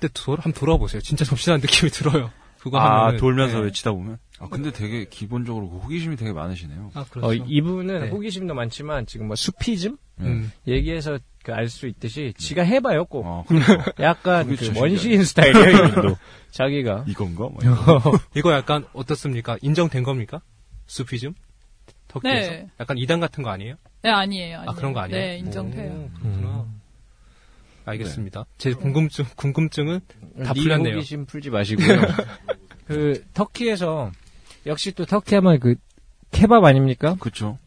Speaker 5: 근데 돌- 한번 돌아보세요. 진짜 접신한 느낌이 들어요. 그거
Speaker 3: 아,
Speaker 5: 하면은.
Speaker 3: 돌면서
Speaker 5: 네.
Speaker 3: 외치다 보면?
Speaker 6: 아, 근데 되게 기본적으로 그 호기심이 되게 많으시네요.
Speaker 5: 아
Speaker 1: 어,
Speaker 5: 그렇죠.
Speaker 1: 이분은
Speaker 5: 네.
Speaker 1: 호기심도 많지만 지금 뭐 수피즘
Speaker 5: 음.
Speaker 1: 얘기해서 그 알 수
Speaker 5: 네.
Speaker 1: 있듯이 지가 해봐요 꼭.
Speaker 6: 어, 그러니까.
Speaker 1: 약간
Speaker 6: 그게
Speaker 1: 그
Speaker 6: 진짜
Speaker 1: 원시인 스타일이에요. 이분도. 자기가
Speaker 6: 이건가? 뭐
Speaker 5: 이거 약간 어떻습니까? 인정된 겁니까? 수피즘? 터키에서?
Speaker 4: 네.
Speaker 5: 약간 이단 같은 거 아니에요?
Speaker 4: 네, 아니에요. 아니에요.
Speaker 5: 아 그런 거 아니에요?
Speaker 4: 네, 인정돼요. 네.
Speaker 5: 오, 그렇구나. 알겠습니다. 제 궁금증 궁금증은 다
Speaker 1: 네
Speaker 5: 풀렸네요.
Speaker 1: 호기심 풀지 마시고요. 그 터키에서 역시 또 터키 하면 그 케밥 아닙니까?
Speaker 6: 그쵸.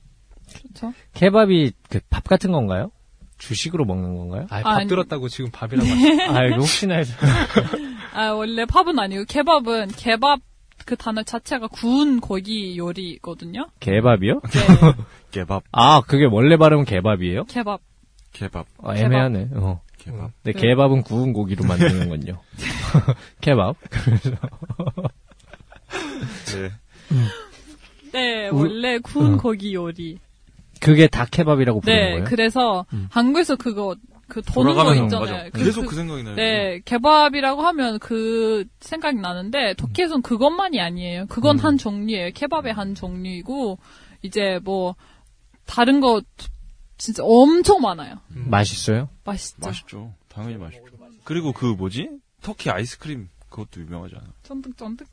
Speaker 4: 그렇죠.
Speaker 1: 케밥이 그 밥 같은 건가요? 주식으로 먹는 건가요?
Speaker 5: 아,
Speaker 4: 아,
Speaker 5: 밥
Speaker 4: 아니.
Speaker 5: 들었다고 지금 밥이라고 하시
Speaker 1: 아, 이거 혹시나 해서.
Speaker 4: 아, 원래 팝은 아니고 케밥은 케밥 그 단어 자체가 구운 고기 요리거든요.
Speaker 1: 개밥이요?
Speaker 4: 네,
Speaker 6: 개밥,
Speaker 1: 아, 그게 원래 발음은 개밥이에요?
Speaker 4: 케밥.
Speaker 6: 개밥,
Speaker 1: 아,
Speaker 4: 케밥.
Speaker 1: 애매하네. 어.
Speaker 6: 개밥.
Speaker 1: 근데
Speaker 4: 네.
Speaker 1: 개밥은 구운 고기로 만드는군요. 케밥. 그래서
Speaker 6: 네.
Speaker 4: 네,
Speaker 1: 우-
Speaker 4: 원래 구운
Speaker 1: 어.
Speaker 4: 고기 요리.
Speaker 1: 그게 다 케밥이라고 부르는
Speaker 4: 네,
Speaker 1: 거예요? 음.
Speaker 4: 그래서 한국에서 그거 그 도는 거
Speaker 6: 돌아가면서
Speaker 4: 있잖아요. 그-
Speaker 6: 계속
Speaker 4: 그-
Speaker 6: 그 생각이 나요.
Speaker 4: 네, 케밥이라고 하면 그 생각이 나는데 터키에서는 그것만이 아니에요. 그건
Speaker 1: 음.
Speaker 4: 한 종류예요. 케밥의 한 종류이고 이제 뭐 다른 거 진짜 엄청 많아요.
Speaker 1: 맛있어요?
Speaker 4: 맛있죠.
Speaker 6: 맛있죠. 당연히 맛있죠. 그리고 그 뭐지? 터키 아이스크림 그것도 유명하지 않아?
Speaker 4: 쫀득쫀득.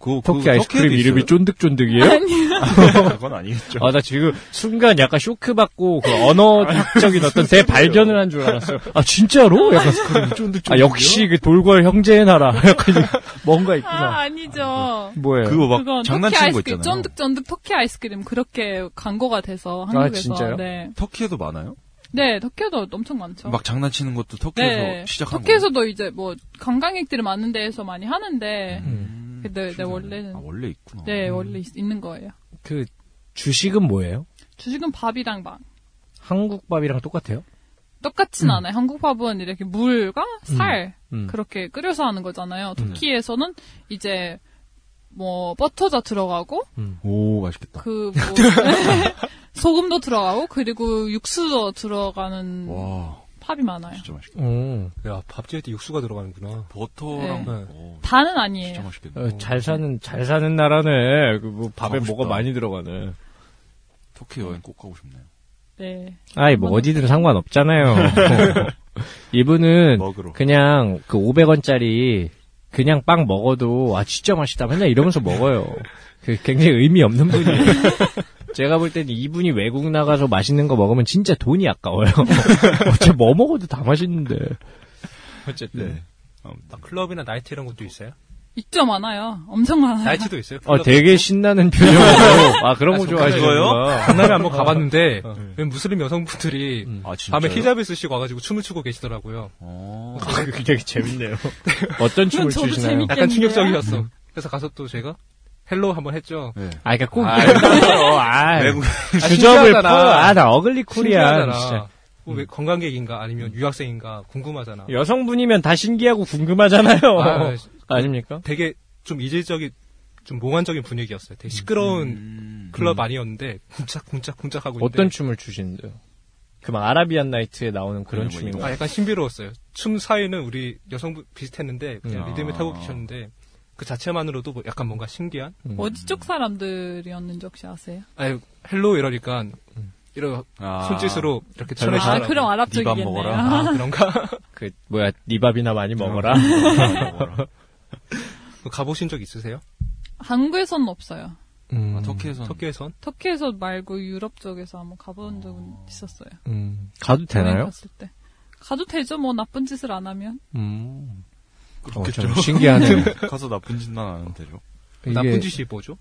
Speaker 6: 그,
Speaker 1: 터키 아이스크림 이름이 쫀득쫀득이에요?
Speaker 4: 아니,
Speaker 6: 그건 아니겠죠.
Speaker 1: 아, 나 지금 순간 약간 쇼크받고 그 언어학적인 어떤 대 발견을 한 줄 알았어요. 아, 진짜로? 약간 아, 역시 그 돌궐 형제의 나라. 약간 뭔가
Speaker 4: 아,
Speaker 1: 있구나.
Speaker 4: 아니죠.
Speaker 1: 뭐예요?
Speaker 6: 그거 막
Speaker 4: 그건 터키
Speaker 6: 장난치는 거
Speaker 4: 아이스크림,
Speaker 6: 있잖아요.
Speaker 4: 쫀득쫀득 터키 아이스크림 그렇게 광고가 돼서
Speaker 6: 아,
Speaker 4: 한국에서
Speaker 1: 진짜요?
Speaker 4: 네,
Speaker 6: 터키에도 많아요?
Speaker 4: 네 터키에도 엄청 많죠.
Speaker 6: 막 장난치는 것도 터키에서 시작한
Speaker 4: 네. 터키에서도 이제 뭐 관광객들이 많은 데에서 많이 하는데
Speaker 6: 거예요?
Speaker 1: 음.
Speaker 6: 음,
Speaker 4: 근데 네,
Speaker 6: 신기하네.
Speaker 4: 원래는-
Speaker 6: 아, 원래 있구나.
Speaker 4: 네 원래 있, 는 거예요.
Speaker 1: 그 주식은 뭐예요?
Speaker 4: 주식은 밥이랑 막
Speaker 1: 한국 밥이랑 똑같아요?
Speaker 4: 똑같진
Speaker 1: 음.
Speaker 4: 않아요. 한국 밥은 이렇게 물과 살
Speaker 1: 음.
Speaker 4: 그렇게 끓여서 하는
Speaker 6: 음.
Speaker 4: 거잖아요. 터키에서는 이제 뭐 버터도 들어가고
Speaker 6: 오, 맛있겠다.
Speaker 4: 그뭐 소금도 들어가고 그리고 육수도 들어가는
Speaker 6: 와,
Speaker 4: 팝이 많아요.
Speaker 6: 진짜 맛있겠다.
Speaker 1: 오,
Speaker 5: 야, 밥 지을 때 육수가 들어가는구나.
Speaker 6: 버터랑,
Speaker 5: 네.
Speaker 6: 오,
Speaker 4: 다는
Speaker 6: 진짜
Speaker 4: 아니에요.
Speaker 6: 맛있겠다.
Speaker 1: 어, 잘 사는 잘 사는 나라네. 그뭐 밥에
Speaker 6: 가고 싶다.
Speaker 1: 뭐가 많이 들어가네.
Speaker 6: 터키 여행 꼭 가고 싶네요.
Speaker 4: 네.
Speaker 1: 아이 뭐 어디든 상관없잖아요. 이분은
Speaker 6: 먹으러.
Speaker 1: 그냥 그 500원짜리 그냥 빵 먹어도 아 진짜 맛있다 맨날 이러면서 먹어요. 그 굉장히 의미 없는 분이에요. 제가 볼 때는 이분이 외국 나가서 맛있는 거 먹으면 진짜 돈이 아까워요. 어째 뭐 먹어도 다 맛있는데. 어쨌든.
Speaker 6: 네.
Speaker 5: 아, 막 클럽이나 나이트 이런 것도 있어요?
Speaker 4: 있죠 많아요. 엄청 많아요.
Speaker 5: 나이트도 있어요?
Speaker 1: 아
Speaker 5: 클럽
Speaker 1: 되게
Speaker 5: 나이트?
Speaker 1: 신나는 표정으로. 아 그런 거 좋아하시는구나. 어,
Speaker 5: 강남에 한번 가봤는데 웬 무슬림 여성분들이
Speaker 1: 음.
Speaker 6: 아, 진짜.
Speaker 5: 밤에 히잡을 쓰시고 와가지고 춤을 추고 계시더라고요.
Speaker 6: 어,
Speaker 1: 굉장히 재밌네요. 어떤 춤을
Speaker 4: 그건 저도
Speaker 1: 추시나요?
Speaker 4: 재밌-
Speaker 5: 약간
Speaker 4: 있겠는데요?
Speaker 5: 충격적이었어.
Speaker 1: 음.
Speaker 5: 그래서 가서 또 제가 헬로 한번 했죠.
Speaker 6: 네.
Speaker 1: 아, 그니까 꼭, 이런 아,
Speaker 6: 외국,
Speaker 1: 주접을
Speaker 5: 신기하잖아.
Speaker 1: 퍼. 아, 나 어글리 코리아. 진짜.
Speaker 5: 신기하잖아. 뭐왜 관광객인가 아니면 유학생인가 궁금하잖아.
Speaker 1: 음. 여성분이면 다 신기하고 궁금하잖아요.
Speaker 5: 아,
Speaker 1: 아, 닙니까
Speaker 5: 되게 좀 이질적인, 좀 몽환적인 분위기였어요. 되게 시끄러운
Speaker 6: 음,
Speaker 5: 클럽 아니었는데 쿵짝쿵짝쿵짝 하고 있는데
Speaker 1: 어떤 춤을 추시는데요? 그 막 아라비안 나이트에 나오는
Speaker 6: 그냥
Speaker 1: 그런
Speaker 6: 뭐
Speaker 1: 춤인가요?
Speaker 5: 아, 약간 신비로웠어요. 춤 사이는 우리 여성분 비슷했는데 그냥
Speaker 1: 음.
Speaker 5: 리듬을
Speaker 6: 아.
Speaker 5: 타고 계셨는데 그 자체만으로도 뭐 약간 뭔가 신기한
Speaker 4: 어디 쪽 사람들이었는지 혹시 아세요?
Speaker 5: 아유 헬로 이러니까 이런
Speaker 6: 아.
Speaker 5: 손짓으로 이렇게
Speaker 1: 별로
Speaker 5: 쳐내시더라고요.
Speaker 4: 아, 그럼 아랍
Speaker 6: 네밥
Speaker 4: 쪽이겠네요.
Speaker 6: 먹어라.
Speaker 5: 아, 그런가?
Speaker 1: 그 뭐야 니 밥이나 많이 먹어라.
Speaker 5: 뭐 가보신 적 있으세요?
Speaker 4: 한국에선 없어요.
Speaker 7: 음.
Speaker 6: 아, 터키에선.
Speaker 5: 터키에선?
Speaker 4: 터키에서 말고 유럽 쪽에서 한번 가본 적은 있었어요.
Speaker 1: 음, 가도
Speaker 4: 여행
Speaker 1: 되나요?
Speaker 4: 갔을 때. 가도 되죠. 뭐 나쁜 짓을 안 하면.
Speaker 1: 음, 어,
Speaker 6: 그렇겠죠.
Speaker 1: 좀 신기하네요.
Speaker 6: 가서 나쁜 짓만 안 하면 되죠.
Speaker 5: 나쁜
Speaker 1: 이게
Speaker 5: 짓이 뭐죠?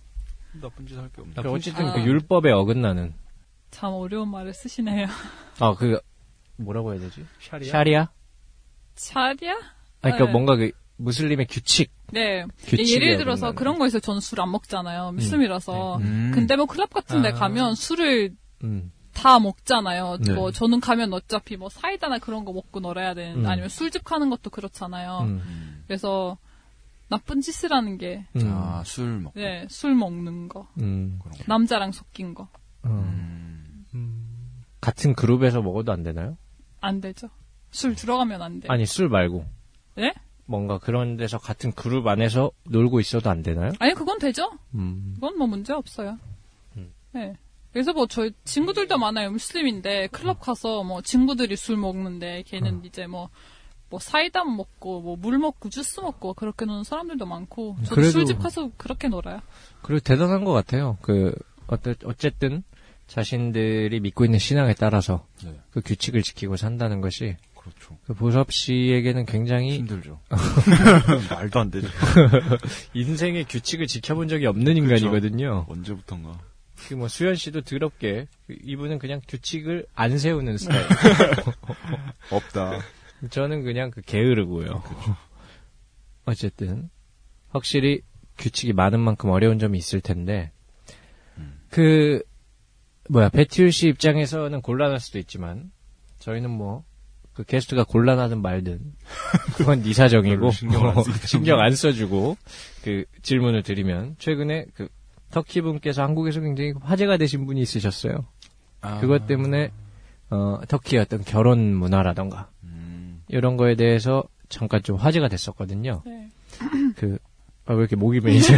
Speaker 6: 나쁜 짓 할 게 없나?
Speaker 5: 나쁜 짓.
Speaker 1: 어쨌든
Speaker 4: 아.
Speaker 1: 그 율법에 어긋나는
Speaker 4: 참 어려운 말을 쓰시네요.
Speaker 1: 아 그 뭐라고 해야 되지?
Speaker 5: 샤리아?
Speaker 1: 샤리아?
Speaker 4: 차리야?
Speaker 1: 아, 그러니까
Speaker 4: 네.
Speaker 1: 뭔가 그 무슬림의 규칙.
Speaker 4: 네.
Speaker 1: 규칙이
Speaker 4: 예를 들어서
Speaker 1: 어긋나는.
Speaker 4: 그런 거에서 저는 술 안 먹잖아요. 무슬림이라서.
Speaker 6: 음.
Speaker 4: 근데 뭐 클럽 같은 데
Speaker 5: 아.
Speaker 4: 가면 술을
Speaker 1: 음.
Speaker 4: 다 먹잖아요.
Speaker 1: 네.
Speaker 4: 뭐 저는 가면 어차피 뭐 사이다나 그런 거 먹고 놀아야 되는
Speaker 1: 음.
Speaker 4: 아니면 술집 가는 것도 그렇잖아요.
Speaker 1: 음.
Speaker 4: 그래서 나쁜 짓을 하는 게
Speaker 1: 음.
Speaker 6: 아, 술 먹고.
Speaker 4: 네, 술 먹는 거,
Speaker 1: 음.
Speaker 4: 남자랑 섞인 거.
Speaker 1: 음.
Speaker 6: 음.
Speaker 5: 음,
Speaker 1: 같은 그룹에서 먹어도 안 되나요?
Speaker 4: 안 되죠. 술 들어가면 안 돼.
Speaker 1: 아니 술 말고.
Speaker 4: 예?
Speaker 1: 뭔가 그런 데서 같은 그룹 안에서 놀고 있어도 안 되나요?
Speaker 4: 아니 그건 되죠.
Speaker 1: 음.
Speaker 4: 그건 뭐 문제 없어요. 네. 그래서 뭐 저희 친구들도 많아요. 무슬림인데
Speaker 1: 음.
Speaker 4: 클럽 가서 뭐 친구들이 술 먹는데 걔는 이제 뭐. 뭐 사이다 먹고 뭐 물 먹고 주스 먹고 그렇게 노는 사람들도 많고 저도
Speaker 1: 그래도-
Speaker 4: 술집 가서 그렇게 놀아요.
Speaker 1: 그리고 대단한 것 같아요. 그 어때- 어쨌든 자신들이 믿고 있는 신앙에 따라서
Speaker 7: 네.
Speaker 1: 그 규칙을 지키고 산다는 것이
Speaker 7: 그렇죠.
Speaker 1: 그 보섭 씨에게는 굉장히
Speaker 7: 힘들죠.
Speaker 6: 말도 안 되죠.
Speaker 1: 인생의 규칙을 지켜본 적이 없는 인간이거든요.
Speaker 6: 그렇죠.
Speaker 7: 언제부턴가.
Speaker 1: 그 뭐 수현 씨도 드럽게 이분은 그냥 규칙을 안 세우는 스타일.
Speaker 7: 없다.
Speaker 1: 저는 그냥 그 게으르고요.
Speaker 7: 그렇죠.
Speaker 1: 어쨌든 확실히 규칙이 많은 만큼 어려운 점이 있을 텐데
Speaker 7: 음.
Speaker 1: 그 뭐야 배티울 씨 입장에서는 곤란할 수도 있지만 저희는 뭐 그 게스트가 곤란하든 말든 그건 네 사정이고
Speaker 7: 별로 신경을 안 쓰기 때문에.
Speaker 1: 신경 안 써주고 그 질문을 드리면 최근에 그 터키 분께서 한국에서 굉장히 화제가 되신 분이 있으셨어요.
Speaker 7: 아.
Speaker 1: 그것 때문에 어, 터키의 어떤 결혼 문화라던가
Speaker 7: 음,
Speaker 1: 이런 거에 대해서 잠깐 좀 화제가 됐었거든요.
Speaker 4: 네.
Speaker 1: 그, 아, 왜 이렇게 목이 메이세요?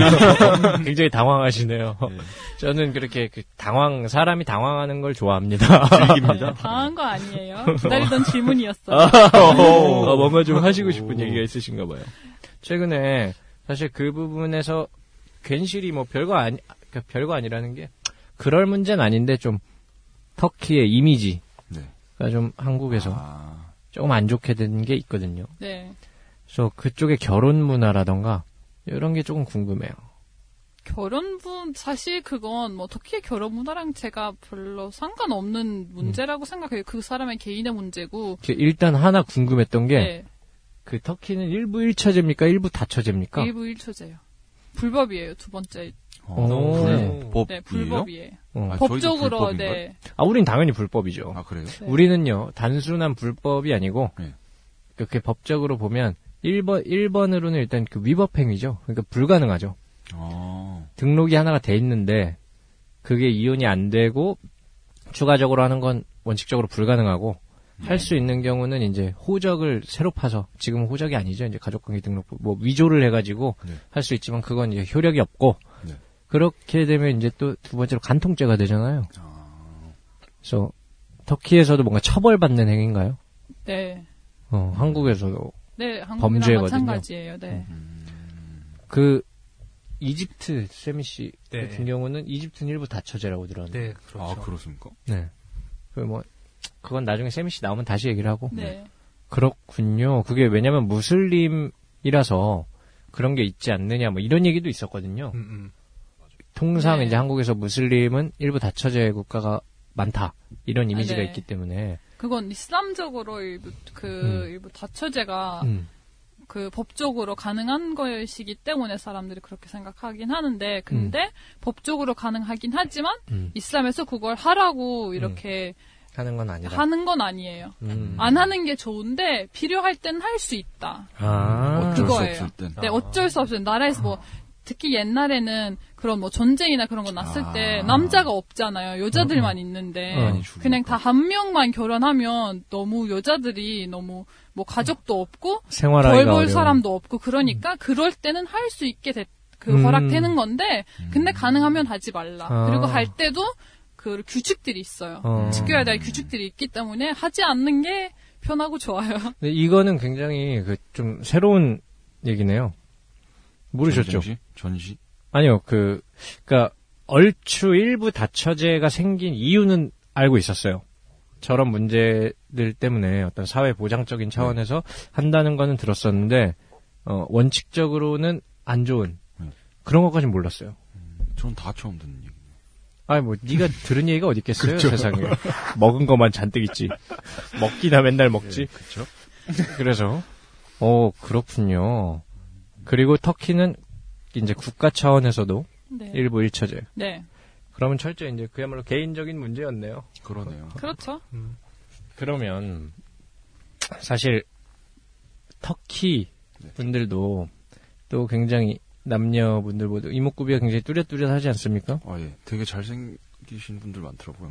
Speaker 1: 굉장히 당황하시네요.
Speaker 7: 예.
Speaker 1: 저는 그렇게 그 당황, 사람이 당황하는 걸 좋아합니다. 아.
Speaker 4: 네, 당한 거 아니에요. 기다리던 질문이었어요.
Speaker 1: 어, 뭔가 좀 하시고 싶은 얘기가 있으신가 봐요. 최근에 사실 그 부분에서 괜시리 뭐 별거 아니, 그러니까 별거 아니라는 게 그럴 문제는 아닌데 좀 터키의 이미지가
Speaker 7: 네.
Speaker 1: 좀 한국에서
Speaker 7: 아,
Speaker 1: 조금 안 좋게 된 게 있거든요.
Speaker 4: 네.
Speaker 1: 그래서 그쪽의 결혼 문화라던가 이런 게 조금 궁금해요.
Speaker 4: 결혼분 사실 그건 뭐 터키의 결혼 문화랑 제가 별로 상관없는 문제라고 생각해요. 그 사람의 개인의 문제고.
Speaker 1: 그 일단 하나 궁금했던 게 그
Speaker 4: 네.
Speaker 1: 터키는 일부 일처제입니까? 일부 다처제입니까?
Speaker 4: 일부 일처제요. 불법이에요. 두 번째.
Speaker 6: 어,
Speaker 1: 오.
Speaker 7: 네.
Speaker 4: 네,
Speaker 7: 법이에요?
Speaker 4: 불법이에요.
Speaker 1: 어.
Speaker 7: 아, 저희도
Speaker 4: 법적으로
Speaker 7: 불법인가요?
Speaker 4: 네.
Speaker 1: 아, 우린 당연히 불법이죠.
Speaker 7: 아, 그래요?
Speaker 4: 네.
Speaker 1: 우리는요, 단순한 불법이 아니고,
Speaker 7: 네.
Speaker 1: 그렇게 법적으로 보면, 1번, 1번으로는 일단 그 위법행위죠. 그러니까 불가능하죠.
Speaker 7: 아,
Speaker 1: 등록이 하나가 돼 있는데, 그게 이혼이 안 되고, 추가적으로 하는 건 원칙적으로 불가능하고,
Speaker 7: 네.
Speaker 1: 할 수 있는 경우는 이제 호적을 새로 파서, 지금 은 호적이 아니죠. 이제 가족관계 등록, 뭐 위조를 해가지고
Speaker 7: 네.
Speaker 1: 할 수 있지만 그건 이제 효력이 없고,
Speaker 7: 네.
Speaker 1: 그렇게 되면 이제 또 두 번째로 간통죄가 되잖아요. 그래서 터키에서도 뭔가 처벌받는 행위인가요?
Speaker 4: 네.
Speaker 1: 어,
Speaker 7: 음.
Speaker 1: 한국에서도
Speaker 4: 네, 한국이랑
Speaker 1: 범죄거든요.
Speaker 4: 마찬가지예요. 네.
Speaker 1: 그 이집트 세미 씨
Speaker 5: 네.
Speaker 1: 같은 경우는 이집트는 일부 다처제라고 들었는데,
Speaker 5: 네, 그렇죠.
Speaker 7: 아, 그렇습니까?
Speaker 1: 네. 그뭐 그건 나중에 세미 씨 나오면 다시 얘기를 하고
Speaker 4: 네.
Speaker 1: 그렇군요. 그게 왜냐면 무슬림이라서 그런 게 있지 않느냐 뭐 이런 얘기도 있었거든요.
Speaker 5: 음, 음.
Speaker 1: 통상
Speaker 4: 네.
Speaker 1: 이제 한국에서 무슬림은 일부 다처제 국가가 많다 이런 이미지가
Speaker 4: 네.
Speaker 1: 있기 때문에
Speaker 4: 그건 이슬람적으로 일부 그
Speaker 1: 음.
Speaker 4: 일부 다처제가
Speaker 1: 음.
Speaker 4: 그 법적으로 가능한 것이기 때문에 사람들이 그렇게 생각하긴 하는데 근데 법적으로 가능하긴 하지만
Speaker 1: 음.
Speaker 4: 이슬람에서 그걸 하라고 이렇게
Speaker 1: 하는 건 아니다.
Speaker 4: 하는 건 아니에요.
Speaker 1: 음.
Speaker 4: 안 하는 게 좋은데 필요할 땐 할 수 있다.
Speaker 1: 아,
Speaker 7: 어쩔
Speaker 4: 그거예요.
Speaker 7: 수 없을 땐.
Speaker 4: 네, 어쩔 수 없어요. 나라에서 뭐 특히 옛날에는 그런 뭐 전쟁이나 그런 거 났을
Speaker 7: 아.
Speaker 4: 때 남자가 없잖아요. 여자들만 있는데
Speaker 1: 어.
Speaker 7: 많이 줄이니까.
Speaker 4: 그냥 다 한 명만 결혼하면 너무 여자들이 너무 뭐 가족도 없고
Speaker 1: 생활하기가
Speaker 4: 벌 벌
Speaker 1: 어려운.
Speaker 4: 사람도 없고 그러니까 그럴 때는 할 수 있게 됐, 그
Speaker 1: 음.
Speaker 4: 허락되는 건데 근데 가능하면 하지 말라.
Speaker 1: 아.
Speaker 4: 그리고 할 때도 그 규칙들이 있어요.
Speaker 1: 어.
Speaker 4: 지켜야 될 규칙들이 있기 때문에 하지 않는 게 편하고 좋아요.
Speaker 1: 근데 이거는 굉장히 그 좀 새로운 얘기네요. 모르셨죠?
Speaker 7: 전시? 전시?
Speaker 1: 아니요, 그, 그니까, 얼추 일부 다처제가 생긴 이유는 알고 있었어요. 저런 문제들 때문에 어떤 사회 보장적인 차원에서 한다는 거는 들었었는데, 어, 원칙적으로는 안 좋은
Speaker 7: 네.
Speaker 1: 그런 것까진 몰랐어요.
Speaker 7: 전 다 처음 듣는 얘기.
Speaker 1: 아니, 뭐, 네가 들은 얘기가 어디 있겠어요, 세상에. 그렇죠. 먹은 것만 잔뜩 있지. 먹기나 맨날 먹지.
Speaker 7: 그쵸?
Speaker 1: 네, 그렇죠. 그래서 어 그렇군요. 그리고 터키는 이제 국가 차원에서
Speaker 4: 네.
Speaker 1: 일부 일처제.
Speaker 4: 네.
Speaker 1: 그러면 철저히 이제 그야말로 개인적인 문제였네요.
Speaker 7: 그러네요.
Speaker 4: 그렇죠.
Speaker 1: 그러면 사실 터키 분들도 또 굉장히 남녀분들 모두 이목구비가 굉장히 뚜렷뚜렷하지 않습니까? 음.
Speaker 7: 아, 예. 되게 잘생기신 분들 많더라고요.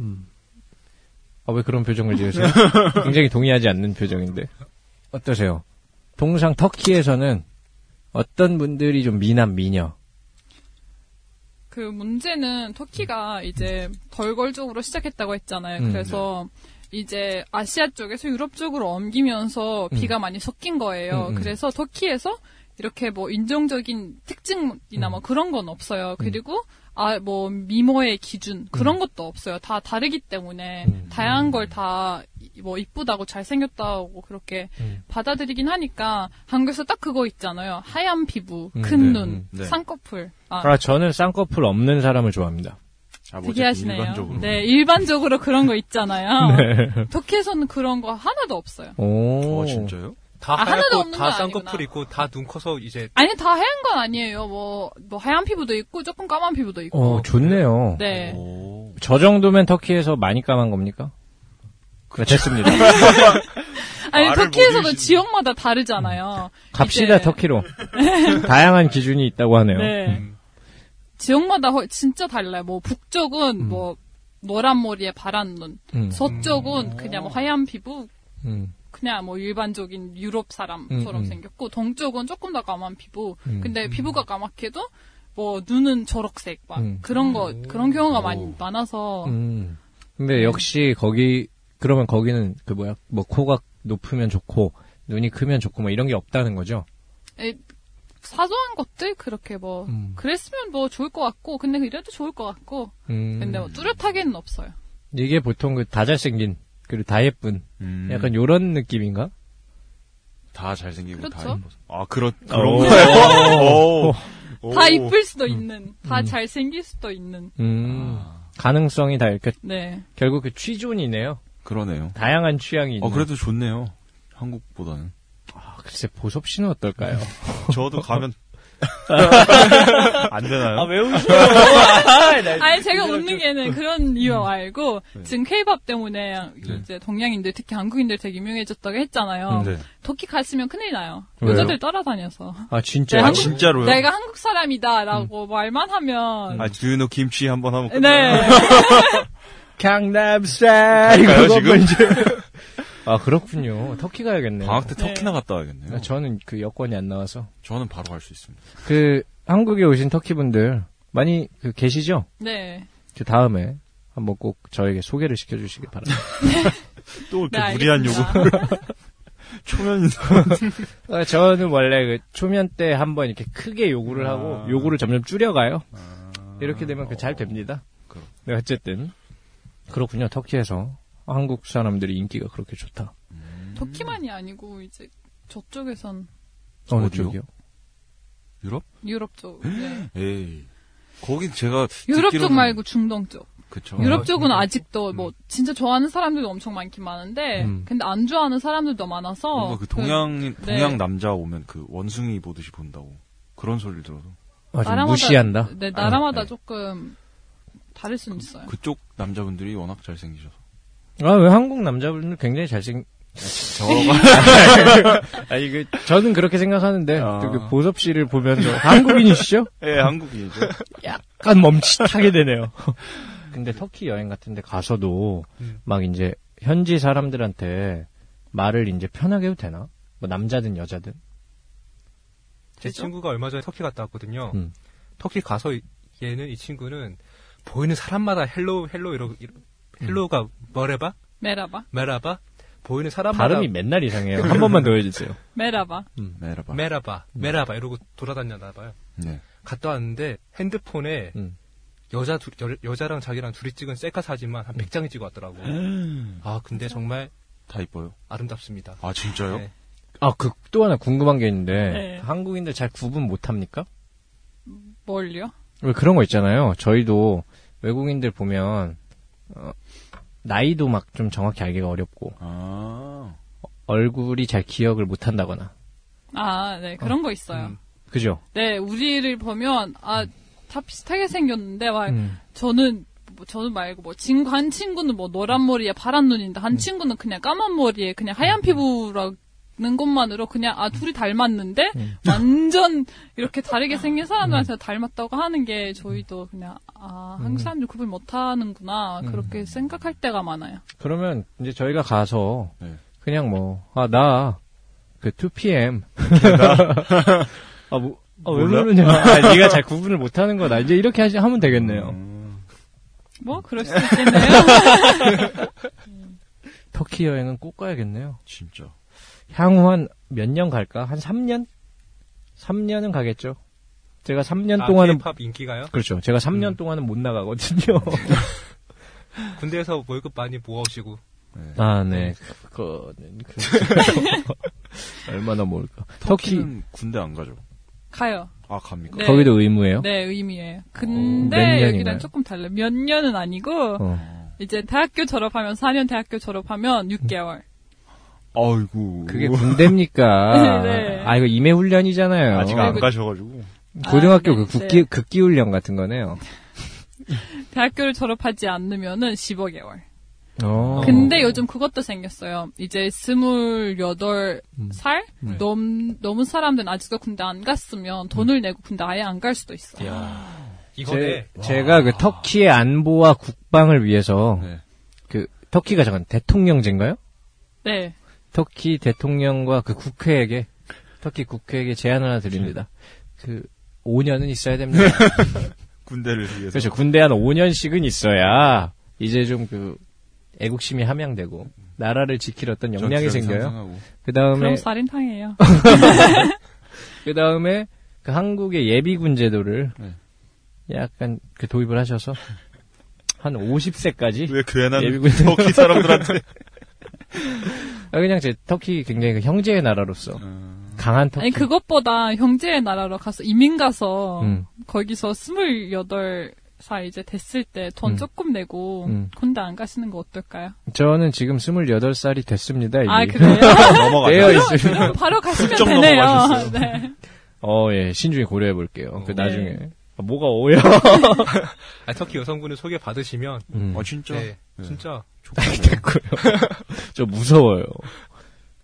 Speaker 1: 아, 왜 그런 표정을 지으세요? 굉장히 동의하지 않는 표정인데. 어떠세요? 동상 터키에서는 어떤 분들이 좀 미남, 미녀.
Speaker 4: 그 문제는 터키가 이제 덜걸적으로 시작했다고 했잖아요.
Speaker 1: 음,
Speaker 4: 그래서 이제 아시아 쪽에서 유럽 쪽으로 옮기면서
Speaker 1: 음.
Speaker 4: 비가 많이 섞인
Speaker 1: 음,
Speaker 4: 거예요.
Speaker 1: 음.
Speaker 4: 그래서 터키에서 이렇게 뭐 인종적인
Speaker 1: 음.
Speaker 4: 특징이나 뭐 그런 건 없어요. 그리고 아 뭐 미모의 기준 그런 것도 없어요. 다 다르기 때문에
Speaker 1: 음.
Speaker 4: 다양한 걸 다 뭐 이쁘다고 잘생겼다고 그렇게
Speaker 1: 음.
Speaker 4: 받아들이긴 하니까 한국에서 딱 그거 있잖아요. 하얀 피부,
Speaker 1: 음,
Speaker 4: 큰
Speaker 1: 네,
Speaker 4: 눈,
Speaker 1: 음,
Speaker 7: 네.
Speaker 4: 쌍꺼풀. 아,
Speaker 1: 아, 저는 쌍꺼풀 없는 사람을 좋아합니다.
Speaker 7: 아, 뭐
Speaker 4: 되게
Speaker 7: 어쨌든
Speaker 4: 하시네요.
Speaker 7: 일반적으로.
Speaker 4: 네, 일반적으로 그런 거 있잖아요.
Speaker 1: 네.
Speaker 4: 터키에서는 그런 거 하나도 없어요.
Speaker 1: 오.
Speaker 7: 어, 진짜요?
Speaker 5: 다
Speaker 4: 아, 하나도
Speaker 5: 하얗고
Speaker 4: 없는
Speaker 5: 다
Speaker 4: 건
Speaker 5: 쌍꺼풀
Speaker 4: 아니구나.
Speaker 5: 있고 다 눈 커서 이제
Speaker 4: 아니 다 하얀 건 아니에요. 뭐, 뭐 하얀 피부도 있고 조금 까만 피부도 있고.
Speaker 1: 어, 좋네요.
Speaker 4: 네.
Speaker 7: 오.
Speaker 1: 저 정도면 터키에서 많이 까만 겁니까? 네, 됐습니다.
Speaker 4: 아니
Speaker 6: 말을 못
Speaker 4: 터키에서도
Speaker 6: 이으시는-
Speaker 4: 지역마다 다르잖아요.
Speaker 1: 음. 갑시다,
Speaker 4: 이제-
Speaker 1: 터키로. 다양한 기준이 있다고 하네요.
Speaker 4: 네. 지역마다 허- 진짜 달라요. 뭐 북쪽은 뭐 노란 머리에 바란 눈,
Speaker 1: 음,
Speaker 4: 서쪽은 그냥 뭐 하얀 피부,
Speaker 1: 음,
Speaker 4: 그냥 뭐 일반적인 유럽
Speaker 1: 음,
Speaker 4: 사람처럼
Speaker 1: 음.
Speaker 4: 생겼고 동쪽은 조금 더 까만 피부.
Speaker 1: 음.
Speaker 4: 근데 피부가 까맣게도 뭐 눈은 초록색 막
Speaker 1: 음.
Speaker 4: 그런 거 그런 경우가 많이
Speaker 7: 오.
Speaker 4: 많아서
Speaker 1: 음. 근데 역시 거기, 그러면 거기는 그 뭐야, 뭐 코가 높으면 좋고, 눈이 크면 좋고, 뭐 이런 게 없다는 거죠.
Speaker 4: 에, 사소한 것들 그렇게 뭐
Speaker 1: 음.
Speaker 4: 그랬으면 뭐 좋을 것 같고 근데 이래도 좋을 것 같고
Speaker 1: 음.
Speaker 4: 근데 뭐 뚜렷하게는 없어요.
Speaker 1: 이게 보통 그 다 잘생긴, 그리고 다 예쁜,
Speaker 7: 음.
Speaker 1: 약간 요런 느낌인가?
Speaker 7: 다 잘생기고 다
Speaker 4: 그렇죠.
Speaker 7: 예뻐서. 아, 그렇,
Speaker 1: 오.
Speaker 7: 그런 거예요? 오.
Speaker 4: 다
Speaker 7: 오.
Speaker 4: 이쁠 수도 있는, 다 잘생길 수도 있는.
Speaker 1: 음. 가능성이 다, 이렇게
Speaker 4: 네.
Speaker 1: 결국 그 취존이네요.
Speaker 7: 그러네요.
Speaker 1: 다양한 취향이 있는.
Speaker 7: 어, 그래도 좋네요. 한국보다는.
Speaker 1: 아, 글쎄, 보섭 씨는 어떨까요?
Speaker 6: 저도 가면 안
Speaker 7: 아,
Speaker 6: 되나요?
Speaker 1: 왜 웃어?
Speaker 4: 아니 제가 웃는 게는 그런 이유
Speaker 1: 음.
Speaker 4: 말고 지금 케이팝 때문에
Speaker 1: 네.
Speaker 4: 이제 동양인들 특히 한국인들 되게 유명해졌다고
Speaker 1: 음,
Speaker 4: 했잖아요.
Speaker 6: 네.
Speaker 4: 터키 갔으면 큰일 나요.
Speaker 1: 왜요?
Speaker 4: 여자들 따라다녀서
Speaker 1: 아, 진짜.
Speaker 4: 네,
Speaker 6: 아,
Speaker 4: 한국-
Speaker 6: 진짜로요?
Speaker 4: 내가 한국 사람이다라고
Speaker 7: 음.
Speaker 4: 말만 하면
Speaker 6: 아, 두유노 김치 한번 하면 끝-
Speaker 4: 네
Speaker 1: 강남스타일.
Speaker 6: 갈까요,
Speaker 1: 그거
Speaker 6: 지금?
Speaker 1: 먼저. 아, 그렇군요. 터키 가야겠네요.
Speaker 7: 방학 때
Speaker 4: 네.
Speaker 7: 터키나 갔다 와야겠네요.
Speaker 1: 아, 저는 그 여권이 안 나와서.
Speaker 7: 저는 바로 갈 수 있습니다.
Speaker 1: 그, 한국에 오신 터키 분들, 많이 그 계시죠?
Speaker 4: 네.
Speaker 1: 그 다음에 한번 꼭 저에게 소개를 시켜주시길 바랍니다.
Speaker 6: 또 이렇게
Speaker 4: 네,
Speaker 6: 무리한 요구.
Speaker 4: 알겠습니다.
Speaker 6: 초면인
Speaker 1: 아, 저는 원래 그 초면 때 한번 이렇게 크게 요구를 하고, 요구를 점점 줄여가요. 이렇게 되면 그 잘 됩니다.
Speaker 7: 그럼.
Speaker 1: 네, 어쨌든. 그렇군요. 터키에서 한국 사람들이 인기가 그렇게 좋다.
Speaker 7: 음.
Speaker 4: 터키만이 아니고 이제 저쪽에선
Speaker 1: 어느
Speaker 7: 어디요?
Speaker 1: 쪽이요?
Speaker 7: 유럽?
Speaker 4: 유럽 쪽, 네.
Speaker 7: 에이. 거긴 제가.
Speaker 4: 유럽 쪽
Speaker 7: 듣기로는- 어,
Speaker 4: 말고 중동 쪽.
Speaker 7: 그쵸.
Speaker 4: 유럽 쪽은 아직도 뭐 진짜 좋아하는 사람들도 엄청 많긴 많은데
Speaker 1: 음.
Speaker 4: 근데 안 좋아하는 사람들도 많아서
Speaker 7: 뭔가 그 동양,
Speaker 4: 어, 네.
Speaker 7: 동양 남자 오면 그 원숭이 보듯이 본다고. 그런 소리를 들어서.
Speaker 1: 아, 좀 무시한다?
Speaker 4: 네, 나라마다
Speaker 7: 네.
Speaker 4: 조금 다를 수는 있어요.
Speaker 7: 그쪽 남자분들이 워낙 잘생기셔서.
Speaker 1: 아, 왜 한국 남자분들 굉장히 잘생,
Speaker 7: 저가
Speaker 1: 아니, 그, 저는 그렇게 생각하는데,
Speaker 7: 아.
Speaker 1: 또그 보섭 씨를 보면서, 한국인이시죠?
Speaker 7: 예, 한국인이죠.
Speaker 1: 약간 멈칫하게 되네요. 근데 터키 여행 같은 데 가서도, 막 이제, 현지 사람들한테 말을 이제 편하게 해도 되나? 뭐, 남자든 여자든?
Speaker 5: 제 친구가 얼마 전에 터키 갔다 왔거든요.
Speaker 1: 음.
Speaker 5: 터키 가서 이- 얘는 이 친구는 보이는 사람마다 헬로 헬로 이러 이러- 헬로가 뭐래바
Speaker 4: 메라바,
Speaker 5: 메라바 보이는 사람마다
Speaker 1: 발음이 맨날 이상해요. 한 번만 더 해주세요.
Speaker 4: 메라바.
Speaker 7: 음. 메라바. 음.
Speaker 5: 메라바 메라바 이러고 돌아다녔나 봐요.
Speaker 7: 네.
Speaker 5: 갔다 왔는데 핸드폰에
Speaker 1: 음.
Speaker 5: 여자 둘- 여, 자랑 자기랑 둘이 찍은 셀카 사진만 한 100장이 찍어 왔더라고. 아 근데 정말
Speaker 7: 다 이뻐요.
Speaker 5: 아름답습니다.
Speaker 7: 음. 아, 진짜요?
Speaker 5: 네.
Speaker 1: 아, 그 또 하나 궁금한 게 있는데,
Speaker 4: 네.
Speaker 1: 한국인들 잘 구분 못 합니까?
Speaker 4: 뭘요?
Speaker 1: 왜 그런 거 있잖아요. 저희도 외국인들 보면 어, 나이도 막 좀 정확히 알기가 어렵고
Speaker 7: 아.
Speaker 1: 얼굴이 잘 기억을 못 한다거나
Speaker 4: 아, 네 그런 거 있어요.
Speaker 7: 음.
Speaker 1: 그죠?
Speaker 4: 네, 우리를 보면 아 다 비슷하게 생겼는데 막
Speaker 1: 음.
Speaker 4: 저는 뭐, 저는 말고 뭐 친구
Speaker 1: 음.
Speaker 4: 한 친구는 뭐 노란 머리에 파란 눈인데 한 친구는 그냥 까만 머리에 그냥 하얀 피부라 있는 것만으로 그냥 아 둘이 닮았는데
Speaker 1: 음.
Speaker 4: 완전 이렇게 다르게 생긴 사람들한테 닮았다고 하는 게 저희도
Speaker 1: 음.
Speaker 4: 그냥 아 한국 사람들 구분 못하는구나
Speaker 1: 음.
Speaker 4: 그렇게 생각할 때가 많아요.
Speaker 1: 그러면 이제 저희가 가서
Speaker 7: 네.
Speaker 1: 그냥 뭐 아 나 그 2PM 아뭐왜
Speaker 7: 몰라?
Speaker 1: 모르냐 아, 네가 잘 음. 구분을 못하는 거다 이제 이렇게 하시, 하면 되겠네요
Speaker 7: 음,
Speaker 1: 음.
Speaker 4: 뭐 그럴 수도 있겠네요.
Speaker 1: 터키 여행은 꼭 가야겠네요
Speaker 7: 진짜.
Speaker 1: 향후 한 몇 년 갈까 한 3년 3년은 가겠죠 제가
Speaker 5: 아,
Speaker 1: 3년 동안은
Speaker 5: 팝 인기가요?
Speaker 1: 그렇죠 제가 3년 동안은 못 나가거든요
Speaker 5: 군대에서 월급 많이 모아오시고
Speaker 1: 아 네 그거는 그 얼마나 모를까 터키
Speaker 7: 터키는 군대 안 가죠.
Speaker 4: 가요.
Speaker 7: 아 갑니까?
Speaker 4: 네.
Speaker 1: 거기도 의무예요
Speaker 4: 네 의미예요.
Speaker 1: 어, 몇
Speaker 4: 근데
Speaker 1: 년이나요?
Speaker 4: 여기랑 조금 달라요. 몇 년은 아니고
Speaker 1: 어.
Speaker 4: 이제 대학교 졸업하면 4년 대학교 졸업하면 6개월.
Speaker 7: 아이고.
Speaker 1: 그게 군대입니까?
Speaker 4: 네.
Speaker 1: 아 이거 임해 훈련이잖아요.
Speaker 7: 아직
Speaker 5: 네.
Speaker 7: 안 가셔가지고.
Speaker 1: 고등학교
Speaker 4: 아, 네,
Speaker 1: 그 국기
Speaker 4: 네.
Speaker 1: 극기 훈련 같은 거네요.
Speaker 4: 대학교를 졸업하지 않으면은 15개월.
Speaker 1: 어.
Speaker 4: 근데 요즘 그것도 생겼어요. 이제 28살 넘, 넘은 사람들은 아직도 군대 안 갔으면 돈을 내고 군대 아예 안 갈 수도 있어요.
Speaker 5: 이거네
Speaker 1: 제, 제가 그 터키의 안보와 국방을 위해서
Speaker 7: 네.
Speaker 1: 그 터키가 잠깐 대통령제인가요?
Speaker 4: 네.
Speaker 1: 터키 대통령과 그 국회에게 터키 국회에게 제안 하나 드립니다. 그 5년은 있어야 됩니다.
Speaker 7: 군대를 위해서.
Speaker 1: 그렇죠. 군대 한 5년씩은 있어야 이제 좀 그 애국심이 함양되고 나라를 지키러 어떤 역량이 생겨요.
Speaker 7: 전투를 상상하고.
Speaker 1: 그 다음에
Speaker 4: 그럼 살인탕이에요.
Speaker 1: 그 다음에 그 한국의 예비군 제도를
Speaker 7: 네.
Speaker 1: 약간 그 도입을 하셔서 한 50세까지
Speaker 7: 왜 괜한
Speaker 1: 예비군.
Speaker 7: 터키 사람들한테.
Speaker 1: 아, 그냥 제 터키 굉장히 그 형제의 나라로서
Speaker 7: 음.
Speaker 1: 강한 터키
Speaker 4: 아니, 그- 그것보다 형제의 나라로 가서 이민 가서
Speaker 1: 음.
Speaker 4: 거기서 28살 이제 됐을 때 돈
Speaker 1: 음.
Speaker 4: 조금 내고
Speaker 1: 음.
Speaker 4: 군대 안 가시는 거 어떨까요?
Speaker 1: 저는 지금 28살이 됐습니다. 이미.
Speaker 4: 아, 그래요?
Speaker 1: 되어 아,
Speaker 7: 넘어가요.
Speaker 1: 있을
Speaker 4: 그럼 바로 가시면
Speaker 7: 훌쩍
Speaker 4: 되네요.
Speaker 7: 넘어가셨어요.
Speaker 4: 네.
Speaker 1: 어, 예, 신중히 고려해 볼게요. 그
Speaker 5: 어.
Speaker 1: 나중에. 아, 뭐가 오요?
Speaker 5: 아, 터키 여성분을 소개 받으시면
Speaker 1: 음.
Speaker 7: 아 진짜.
Speaker 5: 네,
Speaker 7: 네.
Speaker 5: 진짜
Speaker 1: 됐고요. 저 무서워요.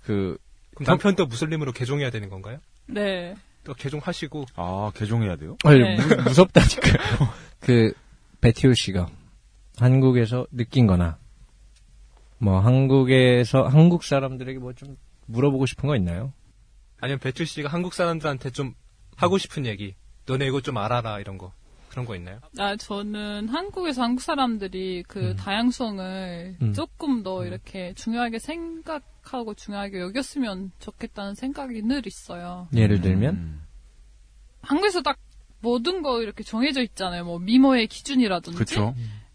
Speaker 1: 그,
Speaker 5: 그럼 남편도 무슬림으로 개종해야 되는 건가요?
Speaker 4: 네.
Speaker 5: 또 개종하시고
Speaker 7: 아 개종해야 돼요?
Speaker 1: 아니,
Speaker 4: 네.
Speaker 1: 무- 무섭다니까요. 그 배티올 씨가 한국에서 느낀 거나 뭐 한국에서 한국 사람들에게 뭐 좀 물어보고 싶은 거 있나요?
Speaker 5: 아니면 배출 씨가 한국 사람들한테 좀 하고 싶은 얘기 너네 이거 좀 알아라 이런 거 그런 거 있나요?
Speaker 4: 아, 저는 한국에서 한국 사람들이 그
Speaker 7: 음.
Speaker 4: 다양성을
Speaker 1: 음.
Speaker 4: 조금 더 이렇게 중요하게 생각하고 중요하게 여겼으면 좋겠다는 생각이 늘 있어요.
Speaker 1: 예를 들면
Speaker 7: 음.
Speaker 4: 한국에서 딱 모든 거 이렇게 정해져 있잖아요. 뭐 미모의 기준이라든지
Speaker 7: 그쵸.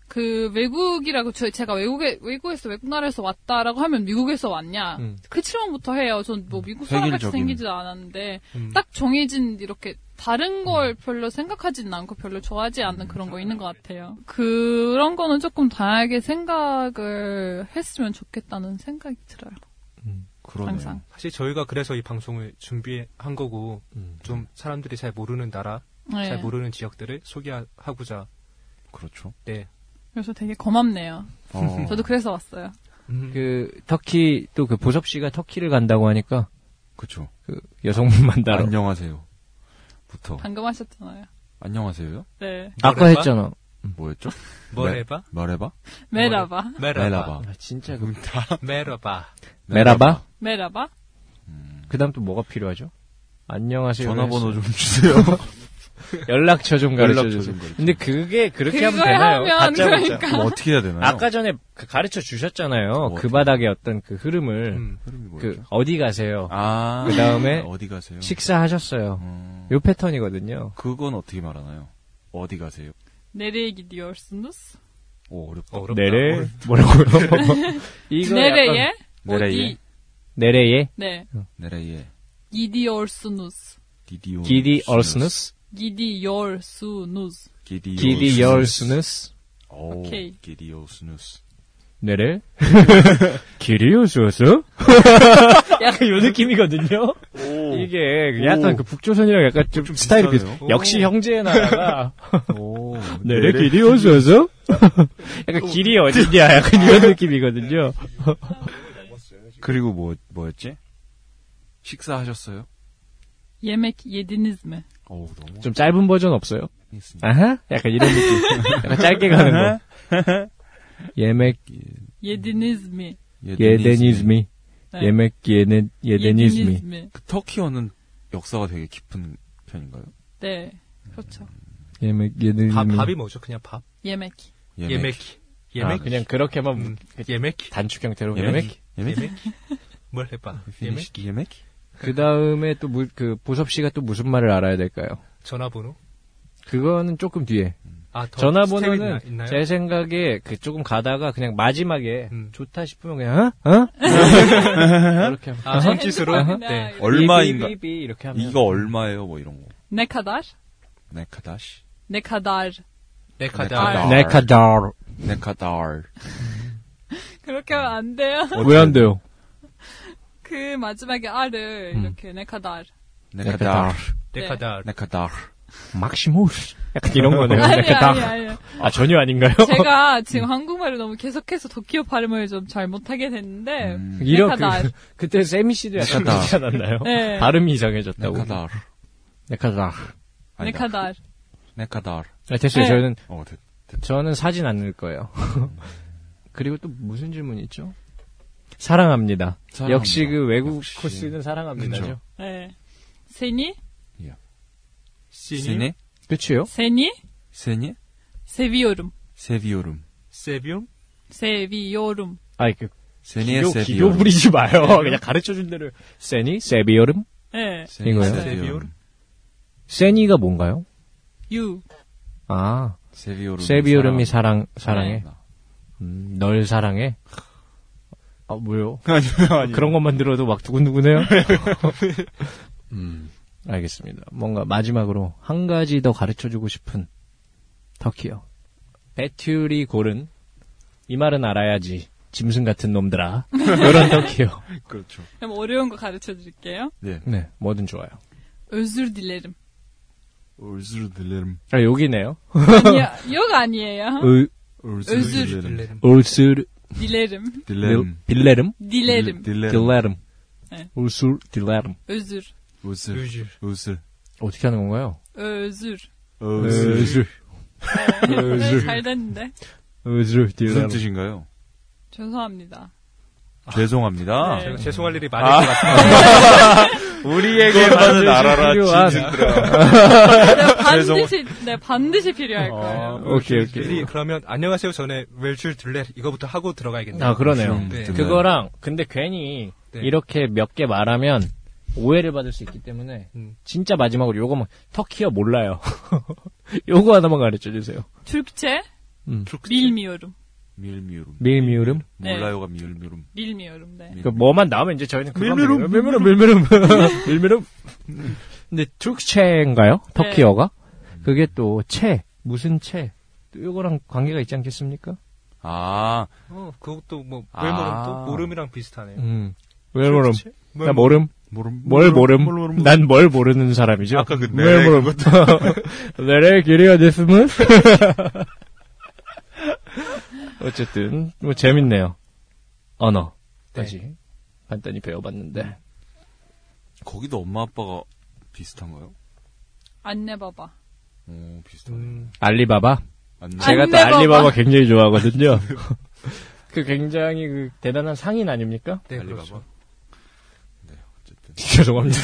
Speaker 4: 그 외국이라고 저- 제가 외국에 외국에서 외국 나라에서 왔다라고 하면 미국에서 왔냐
Speaker 1: 음.
Speaker 4: 그 질문부터 해요. 전 뭐 미국 사람같이
Speaker 7: 획일적인.
Speaker 4: 생기지도 않았는데
Speaker 5: 음.
Speaker 4: 딱 정해진 이렇게 다른 걸 별로 생각하지는 않고 별로 좋아하지 않는 그런 거 있는 것 같아요. 그런 거는 조금 다양하게 생각을 했으면 좋겠다는 생각이 들어요.
Speaker 7: 그러네요.
Speaker 4: 항상.
Speaker 5: 사실 저희가 그래서 이 방송을 준비한 거고
Speaker 1: 음.
Speaker 5: 좀 사람들이 잘 모르는 나라,
Speaker 4: 네.
Speaker 5: 잘 모르는 지역들을 소개하고자
Speaker 7: 그렇죠.
Speaker 5: 네.
Speaker 4: 그래서 되게 고맙네요.
Speaker 7: 어.
Speaker 4: 저도 그래서 왔어요.
Speaker 1: 그 터키 또 그 보섭 씨가 터키를 간다고 하니까
Speaker 7: 그쵸.
Speaker 1: 그 여성분 만나러
Speaker 7: 안녕하세요. 부터.
Speaker 4: 방금 하셨잖아요.
Speaker 7: 안녕하세요요? 음,
Speaker 4: 네.
Speaker 1: 아까
Speaker 5: 뭐랄까?
Speaker 1: 했잖아.
Speaker 7: 뭐였죠?
Speaker 5: 뭘
Speaker 7: 네.
Speaker 5: 해봐?
Speaker 7: 말해봐.
Speaker 4: 메라바.
Speaker 5: 메라바.
Speaker 1: 아, 진짜 그
Speaker 7: 그럼 다
Speaker 5: 메라바.
Speaker 1: 메라바?
Speaker 4: 메라바.
Speaker 1: 그다음 또 뭐가 필요하죠? 안녕하세요.
Speaker 7: 전화번호 좀 주세요.
Speaker 1: 연락처 좀 가르쳐
Speaker 7: 연락처
Speaker 1: 주세요.
Speaker 7: 좀 가르쳐
Speaker 1: 근데 그게 그렇게 하면
Speaker 4: 그걸
Speaker 1: 되나요?
Speaker 4: 하면
Speaker 1: 가짜 문자.
Speaker 4: 그러니까.
Speaker 7: 뭐 어떻게 해야 되나요?
Speaker 1: 아까 전에 그 가르쳐 주셨잖아요. 그 바닥의 어떤 그 흐름을
Speaker 5: 음.
Speaker 7: 흐름이 뭐였죠?
Speaker 1: 그 어디 가세요?
Speaker 7: 아.
Speaker 1: 그다음에 음.
Speaker 7: 어디 가세요?
Speaker 1: 식사하셨어요.
Speaker 7: 어,
Speaker 1: 요 패턴이거든요.
Speaker 7: 그건 어떻게 말하나요? 어디 가세요?
Speaker 4: Nereye gidiyorsunuz?
Speaker 7: 오, 어렵다.
Speaker 5: 어렵다.
Speaker 1: 내래
Speaker 5: 어렵-
Speaker 1: 뭐라고요? 이거 약간-
Speaker 4: Nereye?
Speaker 7: Nereye?
Speaker 4: 어디?
Speaker 1: 내래에
Speaker 4: 네.
Speaker 7: 내래에
Speaker 4: Gidiyorsunuz.
Speaker 7: 디디오.
Speaker 1: 기디 얼스누스
Speaker 4: Gidiyorsunuz.
Speaker 7: 기디오.
Speaker 1: 기디 열스누스
Speaker 7: 오,
Speaker 4: 오케이.
Speaker 7: 기디오 스누스.
Speaker 1: 내래 기리 요수스 약간 요 느낌이거든요.
Speaker 7: 오.
Speaker 1: 이게 그 약간
Speaker 7: 오.
Speaker 1: 그 북조선이랑 약간 좀,
Speaker 7: 좀
Speaker 1: 스타일이 비슷.
Speaker 7: 비슷하네요.
Speaker 1: 역시 형제의 나라가
Speaker 7: 오.
Speaker 1: 내래 길이 어디서? 약간 길이 어디냐 약간 이런 느낌이거든요.
Speaker 7: 그리고 뭐, 뭐였지? 식사하셨어요?
Speaker 4: 예mek yedinizme.
Speaker 7: 어우 너무
Speaker 1: 좀 짧은 버전 없어요?
Speaker 7: 있습니다.
Speaker 1: 아하? 약간 이런 느낌. 약간 짧게 가는 거. 예맥
Speaker 4: Yedinizmi.
Speaker 1: 예데니즈미.
Speaker 4: 네.
Speaker 1: 예맥 예네 예데니즈미.
Speaker 7: 그 터키어는 역사가 되게 깊은 편인가요?
Speaker 4: 네. 그렇죠.
Speaker 1: 예맥 예데니즈미.
Speaker 5: 밥, 밥이 뭐죠? 그냥 밥.
Speaker 4: 예mek.
Speaker 5: 예메키.
Speaker 1: 아,
Speaker 5: 예메키.
Speaker 1: 그냥 그렇게만
Speaker 5: 음, 예메키.
Speaker 1: 단축 형태로
Speaker 7: 예맥?
Speaker 1: 예맥.
Speaker 7: 예맥?
Speaker 5: 뭘
Speaker 1: 아,
Speaker 5: 해봐. 예메키.
Speaker 7: 예맥? 예맥?
Speaker 1: 그 다음에 또 그 보섭 씨가 또 무슨 말을 알아야 될까요?
Speaker 5: 전화번호.
Speaker 1: 그거는 조금 뒤에.
Speaker 5: 아, 더
Speaker 1: 전화번호는
Speaker 5: 스텝이 있나- 있나요?
Speaker 1: 제 생각에 그 조금 가다가 그냥 마지막에
Speaker 5: 음.
Speaker 1: 좋다 싶으면 그냥 어? 어? 이렇게 하면
Speaker 5: 아, 손짓으로?
Speaker 4: 핸드폰이나
Speaker 5: 네.
Speaker 4: 이런-
Speaker 7: 얼마인가?
Speaker 1: 삐삐삐삐 이렇게 하면
Speaker 7: 이거 얼마예요? 뭐 이런 거.
Speaker 4: Ne kadar?
Speaker 7: 네카다시?
Speaker 4: Ne kadar?
Speaker 5: 네카다.
Speaker 7: 네카다.
Speaker 1: 아, 네카달
Speaker 7: 네카달.
Speaker 4: 그렇게 하면 안 돼요.
Speaker 1: 왜 안 돼요?
Speaker 4: 그 마지막에 R을 이렇게 ne kadar.
Speaker 7: 네카달.
Speaker 5: 네카다.
Speaker 7: 네카달.
Speaker 1: 막시모스 약간 이런 거네요.
Speaker 4: 아니, 아니,
Speaker 1: 네카달
Speaker 4: 아니.
Speaker 1: 아 전혀 아닌가요?
Speaker 4: 제가 지금 한국말을 너무 계속해서 도쿄 발음을 좀 잘 못하게 됐는데,
Speaker 7: 음.
Speaker 1: 이런
Speaker 4: 네카달.
Speaker 1: 그, 그때 세미 씨도 약간
Speaker 7: 네카달.
Speaker 1: 그러지 않았나요?
Speaker 4: 네.
Speaker 1: 발음이 이상해졌다고.
Speaker 7: 네카달.
Speaker 1: 네카달.
Speaker 4: ne
Speaker 7: 아니다.
Speaker 4: kadar.
Speaker 7: 네카달.
Speaker 1: 아, 됐어요.
Speaker 4: 네.
Speaker 1: 저는
Speaker 7: 어, 됐.
Speaker 1: 저는 사진 안 넣을 거예요. 그리고 또 무슨 질문이 있죠? 사랑합니다.
Speaker 7: 사랑합니다.
Speaker 1: 역시 그 외국
Speaker 7: 역시.
Speaker 1: 코스는 사랑합니다죠.
Speaker 7: 그쵸.
Speaker 4: 네. 세니?
Speaker 5: 시니.
Speaker 7: 세네?
Speaker 1: 끝이요?
Speaker 4: 세니?
Speaker 7: 세네?
Speaker 4: 세비오름.
Speaker 7: 세비오름.
Speaker 5: 세비움.
Speaker 4: 세비오름.
Speaker 1: 아니 그
Speaker 7: 세니의
Speaker 1: 기교, 기교
Speaker 7: 세비오름.
Speaker 1: 부리지 마요.
Speaker 7: 네.
Speaker 1: 그냥 가르쳐 준 대로 세니, 세비오름.
Speaker 4: 네.
Speaker 7: 세니의
Speaker 1: 이거요?
Speaker 7: 세비오름.
Speaker 1: 세니가 뭔가요?
Speaker 4: 유.
Speaker 1: 아,
Speaker 7: 세비오름.
Speaker 1: 세비오름이 사랑 사랑해.
Speaker 7: 사랑한다.
Speaker 1: 음, 널 사랑해. 아, 뭐요? 네, 그런 것만 들어도 막 두근두근해요. 음, 알겠습니다. 뭔가 마지막으로 한 가지 더 가르쳐주고 싶은 터키요. 배튜리 고른 이 말은 알아야지. 짐승 같은 놈들아. 이런 터키요.
Speaker 7: 그렇죠.
Speaker 4: 그럼 어려운 거 가르쳐 드릴게요.
Speaker 7: 네.
Speaker 1: 네, 뭐든 좋아요.
Speaker 4: özür dilerim.
Speaker 7: 울즈르 들름.
Speaker 1: 아, 여기네요.
Speaker 4: 아니야, 욕 아니에요.
Speaker 1: 으,
Speaker 4: 울즈르
Speaker 7: 들름.
Speaker 1: 울술
Speaker 4: dilerim.
Speaker 7: 들름.
Speaker 1: 빌레름?
Speaker 4: dilerim.
Speaker 7: 들름.
Speaker 1: 딜레름.
Speaker 4: 네.
Speaker 1: 울술 딜레름.
Speaker 4: özür.
Speaker 7: 울즈.
Speaker 5: 루즈.
Speaker 7: 울즈.
Speaker 1: 어떻게 하는 건가요?
Speaker 4: özür.
Speaker 7: 울즈.
Speaker 4: 네, 잘 됐는데.
Speaker 1: 으슬
Speaker 7: 무슨
Speaker 1: 딜레름.
Speaker 7: 뜻인가요?
Speaker 4: 죄송합니다.
Speaker 5: Ah.
Speaker 7: 죄송합니다.
Speaker 1: 아.
Speaker 4: 네.
Speaker 5: 제가 죄송할 일이 많을 것 같아요.
Speaker 7: 우리에게만은 알아라
Speaker 1: 필요한-
Speaker 7: 짐승들아.
Speaker 4: 네, 반드시, 네, 반드시 필요할 거예요.
Speaker 1: 오케이,
Speaker 5: 미리
Speaker 1: 오케이.
Speaker 5: 그러면 안녕하세요 전에 웰줄 둘레 이거부터 하고 들어가야겠네요.
Speaker 1: 아, 그러네요.
Speaker 7: 음,
Speaker 5: 네.
Speaker 7: 좀
Speaker 1: 그거랑 근데 괜히
Speaker 5: 네.
Speaker 1: 이렇게 몇 개 말하면 오해를 받을 수 있기 때문에
Speaker 5: 음.
Speaker 1: 진짜 마지막으로 요거만 뭐 터키어 몰라요. 요거 하나만 가르쳐 주세요.
Speaker 4: Türkçe
Speaker 1: 음.
Speaker 4: bilmiyorum.
Speaker 7: 밀미우름.
Speaker 1: 밀미울음.
Speaker 4: 네.
Speaker 7: 몰라요가 밀미우름.
Speaker 4: bilmiyorum 네.
Speaker 1: 그 뭐만 나오면 이제 저희는 그거
Speaker 7: 밀미룸,
Speaker 1: 하면 돼요. 밀미룸 밀미룸 밀미룸. 근데 툭체인가요? 터키어가? 그게 또 채, 무슨 채? 또 요거랑 관계가 있지 않겠습니까?
Speaker 7: 아,
Speaker 5: 어, 그것도 뭐
Speaker 7: 아.
Speaker 5: 웰모름 또 모름이랑 비슷하네요. 뭐
Speaker 1: 음. 뭐 왜 모름? 나 모름.
Speaker 7: 모름.
Speaker 1: 뭘 모름?
Speaker 7: 모름.
Speaker 1: 난 뭘 모르는 사람이죠.
Speaker 7: 아까 그
Speaker 1: 뭘
Speaker 7: 내래
Speaker 1: 모름? 내래 길이가 됐으면? 어쨌든, 뭐, 재밌네요. 언어. 다시. 간단히 배워봤는데.
Speaker 7: 거기도 엄마 아빠가 비슷한가요?
Speaker 4: 안내 봐봐.
Speaker 7: 오, 비슷하네.
Speaker 5: 음,
Speaker 1: 알리바바?
Speaker 7: 안
Speaker 1: 제가 또
Speaker 4: 알리바바.
Speaker 1: 알리바바 굉장히 좋아하거든요. 그 굉장히 그 대단한 상인 아닙니까?
Speaker 5: 네,
Speaker 7: 알리바바.
Speaker 5: 그렇죠.
Speaker 7: 네, 어쨌든.
Speaker 1: 죄송합니다.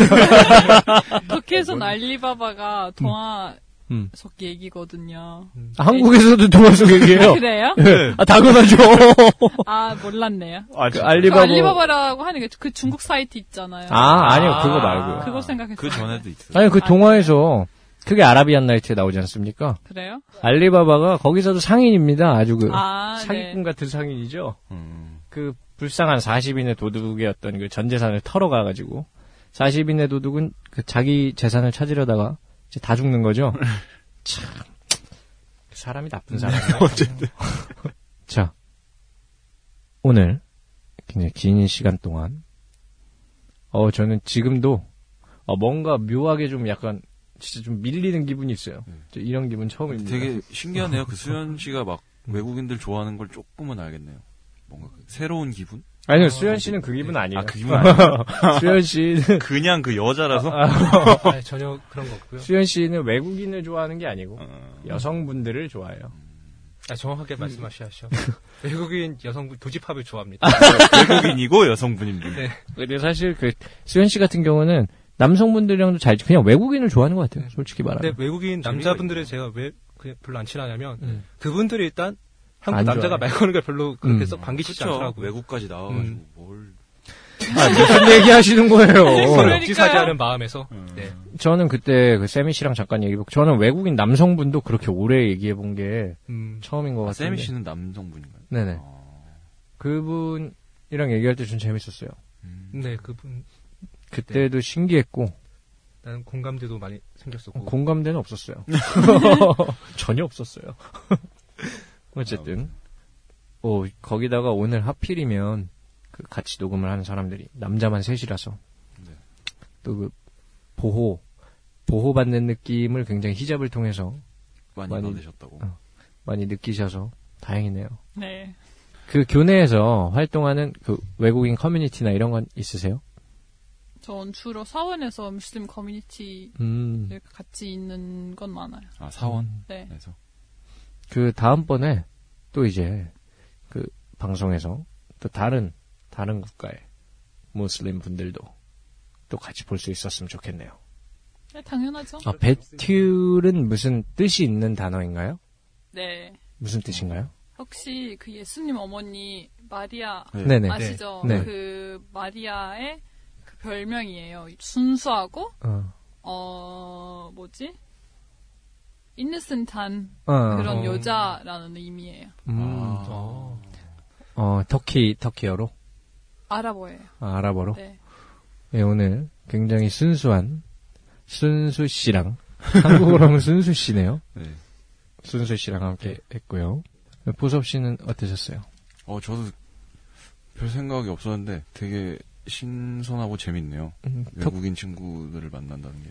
Speaker 4: 터키에선 알리바바가 동화
Speaker 1: 음. 네.
Speaker 4: 속 얘기거든요.
Speaker 1: 한국에서도 동화 속 얘기예요.
Speaker 4: 그래요?
Speaker 1: 아, 당연하죠.
Speaker 4: 아 몰랐네요.
Speaker 1: 아, 그
Speaker 4: 그
Speaker 1: 알리바바.
Speaker 4: 알리바바라고 하는 게 그 중국 사이트 있잖아요.
Speaker 1: 아, 아니요. 그거 말고요.
Speaker 4: 그거 생각했어요.
Speaker 7: 그 전에도 있어요.
Speaker 1: 아니 네. 그 동화에서 그게 아라비안 나이트에 나오지 않습니까?
Speaker 4: 그래요?
Speaker 1: 알리바바가 거기서도 상인입니다. 아주 그
Speaker 4: 아,
Speaker 1: 사기꾼
Speaker 4: 네.
Speaker 1: 같은 상인이죠.
Speaker 7: 음,
Speaker 1: 그 불쌍한 40인의 도둑의 어떤 그 전재산을 털어가 가지고 40인의 도둑은 그 자기 재산을 찾으려다가 이제 다 죽는 거죠. 참그 사람이
Speaker 7: 네,
Speaker 1: 나쁜 사람이야. 어쨌든 자 오늘 굉장히 긴 시간 동안 어 저는 지금도 어, 뭔가 묘하게 좀 약간 진짜 좀 밀리는 기분이 있어요. 저 이런 기분 처음입니다.
Speaker 7: 네.
Speaker 1: 아.
Speaker 7: 되게 신기하네요. 그 수현 씨가 막 외국인들 좋아하는 걸 조금은 알겠네요. 뭔가 그 새로운 기분?
Speaker 1: 아니요, 수현 씨는 그 기분 아니에요.
Speaker 7: 아, 그 기분 아니에요?
Speaker 1: 수현 씨는,
Speaker 7: 그냥 그 여자라서?
Speaker 5: 아, 전혀 그런 거 없고요.
Speaker 1: 수현 씨는 외국인을 좋아하는 게 아니고, 여성분들을 좋아해요.
Speaker 5: 아,
Speaker 1: 음.
Speaker 5: 정확하게 말씀하셔야죠. 외국인 여성분 도집합을 좋아합니다.
Speaker 7: 외국인이고 여성분입니다.
Speaker 5: 네.
Speaker 1: 근데 사실 그, 수현 씨 같은 경우는 남성분들이랑도 잘, 그냥 외국인을 좋아하는 것 같아요. 솔직히 말하면.
Speaker 5: 근데 외국인 남자분들을 제가 왜 그냥 별로 안 친하냐면
Speaker 1: 음.
Speaker 5: 그분들이 일단 한국
Speaker 1: 안 좋아해요.
Speaker 5: 남자가 말 거는 걸 별로 그렇게
Speaker 1: 음.
Speaker 5: 썩 반기시지
Speaker 7: 그쵸.
Speaker 5: 않더라고요.
Speaker 7: 외국까지 나와가지고
Speaker 5: 음.
Speaker 7: 뭘.
Speaker 1: 아, 무슨 얘기 하시는
Speaker 5: 서로
Speaker 1: 거예요?
Speaker 4: 그러니까요.
Speaker 5: 어. 역지사지하는 마음에서 네.
Speaker 1: 저는 그때 그 세미 씨랑 잠깐 얘기해보고, 저는 외국인 남성분도 그렇게 오래 얘기해본 게
Speaker 5: 음,
Speaker 1: 처음인 것
Speaker 7: 아,
Speaker 1: 같아요.
Speaker 7: 세미 씨는 아. 남성분인가요?
Speaker 1: 네네. 그분이랑 얘기할 때 좀 재밌었어요.
Speaker 5: 네, 그분
Speaker 7: 네.
Speaker 1: 그때도 신기했고,
Speaker 5: 나는 공감대도 많이 생겼었고
Speaker 1: 어, 공감대는 없었어요. 전혀 없었어요. 어쨌든, 어, 거기다가 오늘 하필이면 그 같이 녹음을 하는 사람들이 남자만 셋이라서 또 그 보호 보호받는 느낌을 굉장히 히잡을 통해서
Speaker 7: 많이
Speaker 1: 많이-
Speaker 7: 받으셨다고.
Speaker 1: 어. 많이 느끼셔서 다행이네요.
Speaker 4: 네.
Speaker 1: 그 교내에서 활동하는 그 외국인 커뮤니티나 이런 건 있으세요?
Speaker 4: 전 주로 사원에서 무슬림 커뮤니티
Speaker 1: 음.
Speaker 4: 같이 있는 건 많아요.
Speaker 7: 아, 사원에서.
Speaker 4: 네.
Speaker 1: 그 다음번에 또 이제 그 방송에서 또 다른 다른 국가의 무슬림 분들도 또 같이 볼 수 있었으면 좋겠네요.
Speaker 4: 네, 당연하죠.
Speaker 1: 아, 베툴은 무슨 뜻이 있는 단어인가요?
Speaker 4: 네.
Speaker 1: 무슨 뜻인가요?
Speaker 4: 혹시 그 예수님 어머니 마리아
Speaker 1: 네, 네.
Speaker 4: 아시죠?
Speaker 1: 네.
Speaker 4: 그 마리아의 그 별명이에요. 순수하고
Speaker 1: 어.
Speaker 4: 어 뭐지? 인네센트한
Speaker 1: 어, 어,
Speaker 4: 그런
Speaker 5: 어.
Speaker 4: 여자라는 의미예요.
Speaker 1: 음.
Speaker 5: 어.
Speaker 1: 어, 터키 터키어로
Speaker 4: 아랍어예요.
Speaker 1: 아, 아랍어로.
Speaker 4: 네.
Speaker 1: 네, 오늘 굉장히 순수한 순수 씨랑 한국어로 하면 순수 씨네요.
Speaker 7: 네.
Speaker 1: 순수 씨랑 함께 했고요. 보섭 씨는 어떠셨어요?
Speaker 7: 어, 저도 별 생각이 없었는데 되게 신선하고 재밌네요.
Speaker 1: 음, 터,
Speaker 7: 외국인 친구들을 만난다는 게.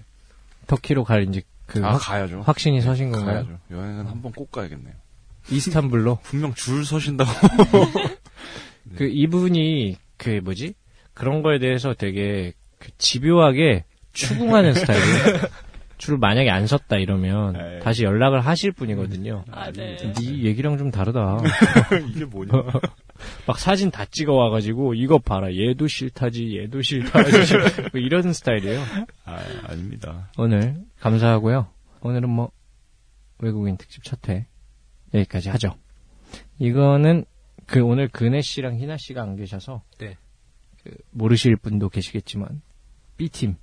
Speaker 1: 터키로 갈 이제 그
Speaker 7: 아,
Speaker 1: 확,
Speaker 7: 가야죠.
Speaker 1: 확신이 서신 건가요?
Speaker 7: 가야죠. 여행은 한번 꼭 가야겠네요.
Speaker 1: 이스탄불로
Speaker 7: 분명 줄 서신다고. 네.
Speaker 1: 그 이분이 그 뭐지 그런 거에 대해서 되게 그 집요하게 추궁하는 스타일이에요. 줄을 만약에 안 섰다 이러면
Speaker 7: 에이.
Speaker 1: 다시 연락을 하실 분이거든요.
Speaker 4: 아, 네.
Speaker 1: 네 얘기랑 좀 다르다.
Speaker 7: 이게 뭐냐.
Speaker 1: 막 사진 다 찍어 와가지고 이거 봐라 얘도 싫다지 얘도 싫다지 뭐 이런 스타일이에요.
Speaker 7: 아, 아닙니다.
Speaker 1: 오늘 감사하고요. 오늘은 뭐 외국인 특집 첫회 여기까지 하죠. 이거는 그 오늘 근혜 씨랑 희나 씨가 안 계셔서
Speaker 5: 네.
Speaker 1: 그 모르실 분도 계시겠지만 B팀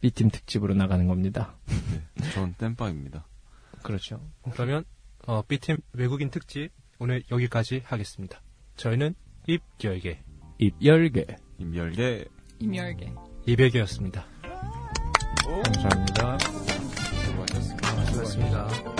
Speaker 1: B팀 특집으로 나가는 겁니다.
Speaker 7: 전 땜빵입니다.
Speaker 1: 그렇죠.
Speaker 5: 그러면 어, B팀 외국인 특집 오늘 여기까지 하겠습니다. 저희는 입열개
Speaker 1: 입 열개
Speaker 7: 임열계
Speaker 4: 임열계.
Speaker 5: 200개였습니다.
Speaker 1: 감사합니다.
Speaker 7: 수고하셨습니다.
Speaker 5: 수고하셨습니다.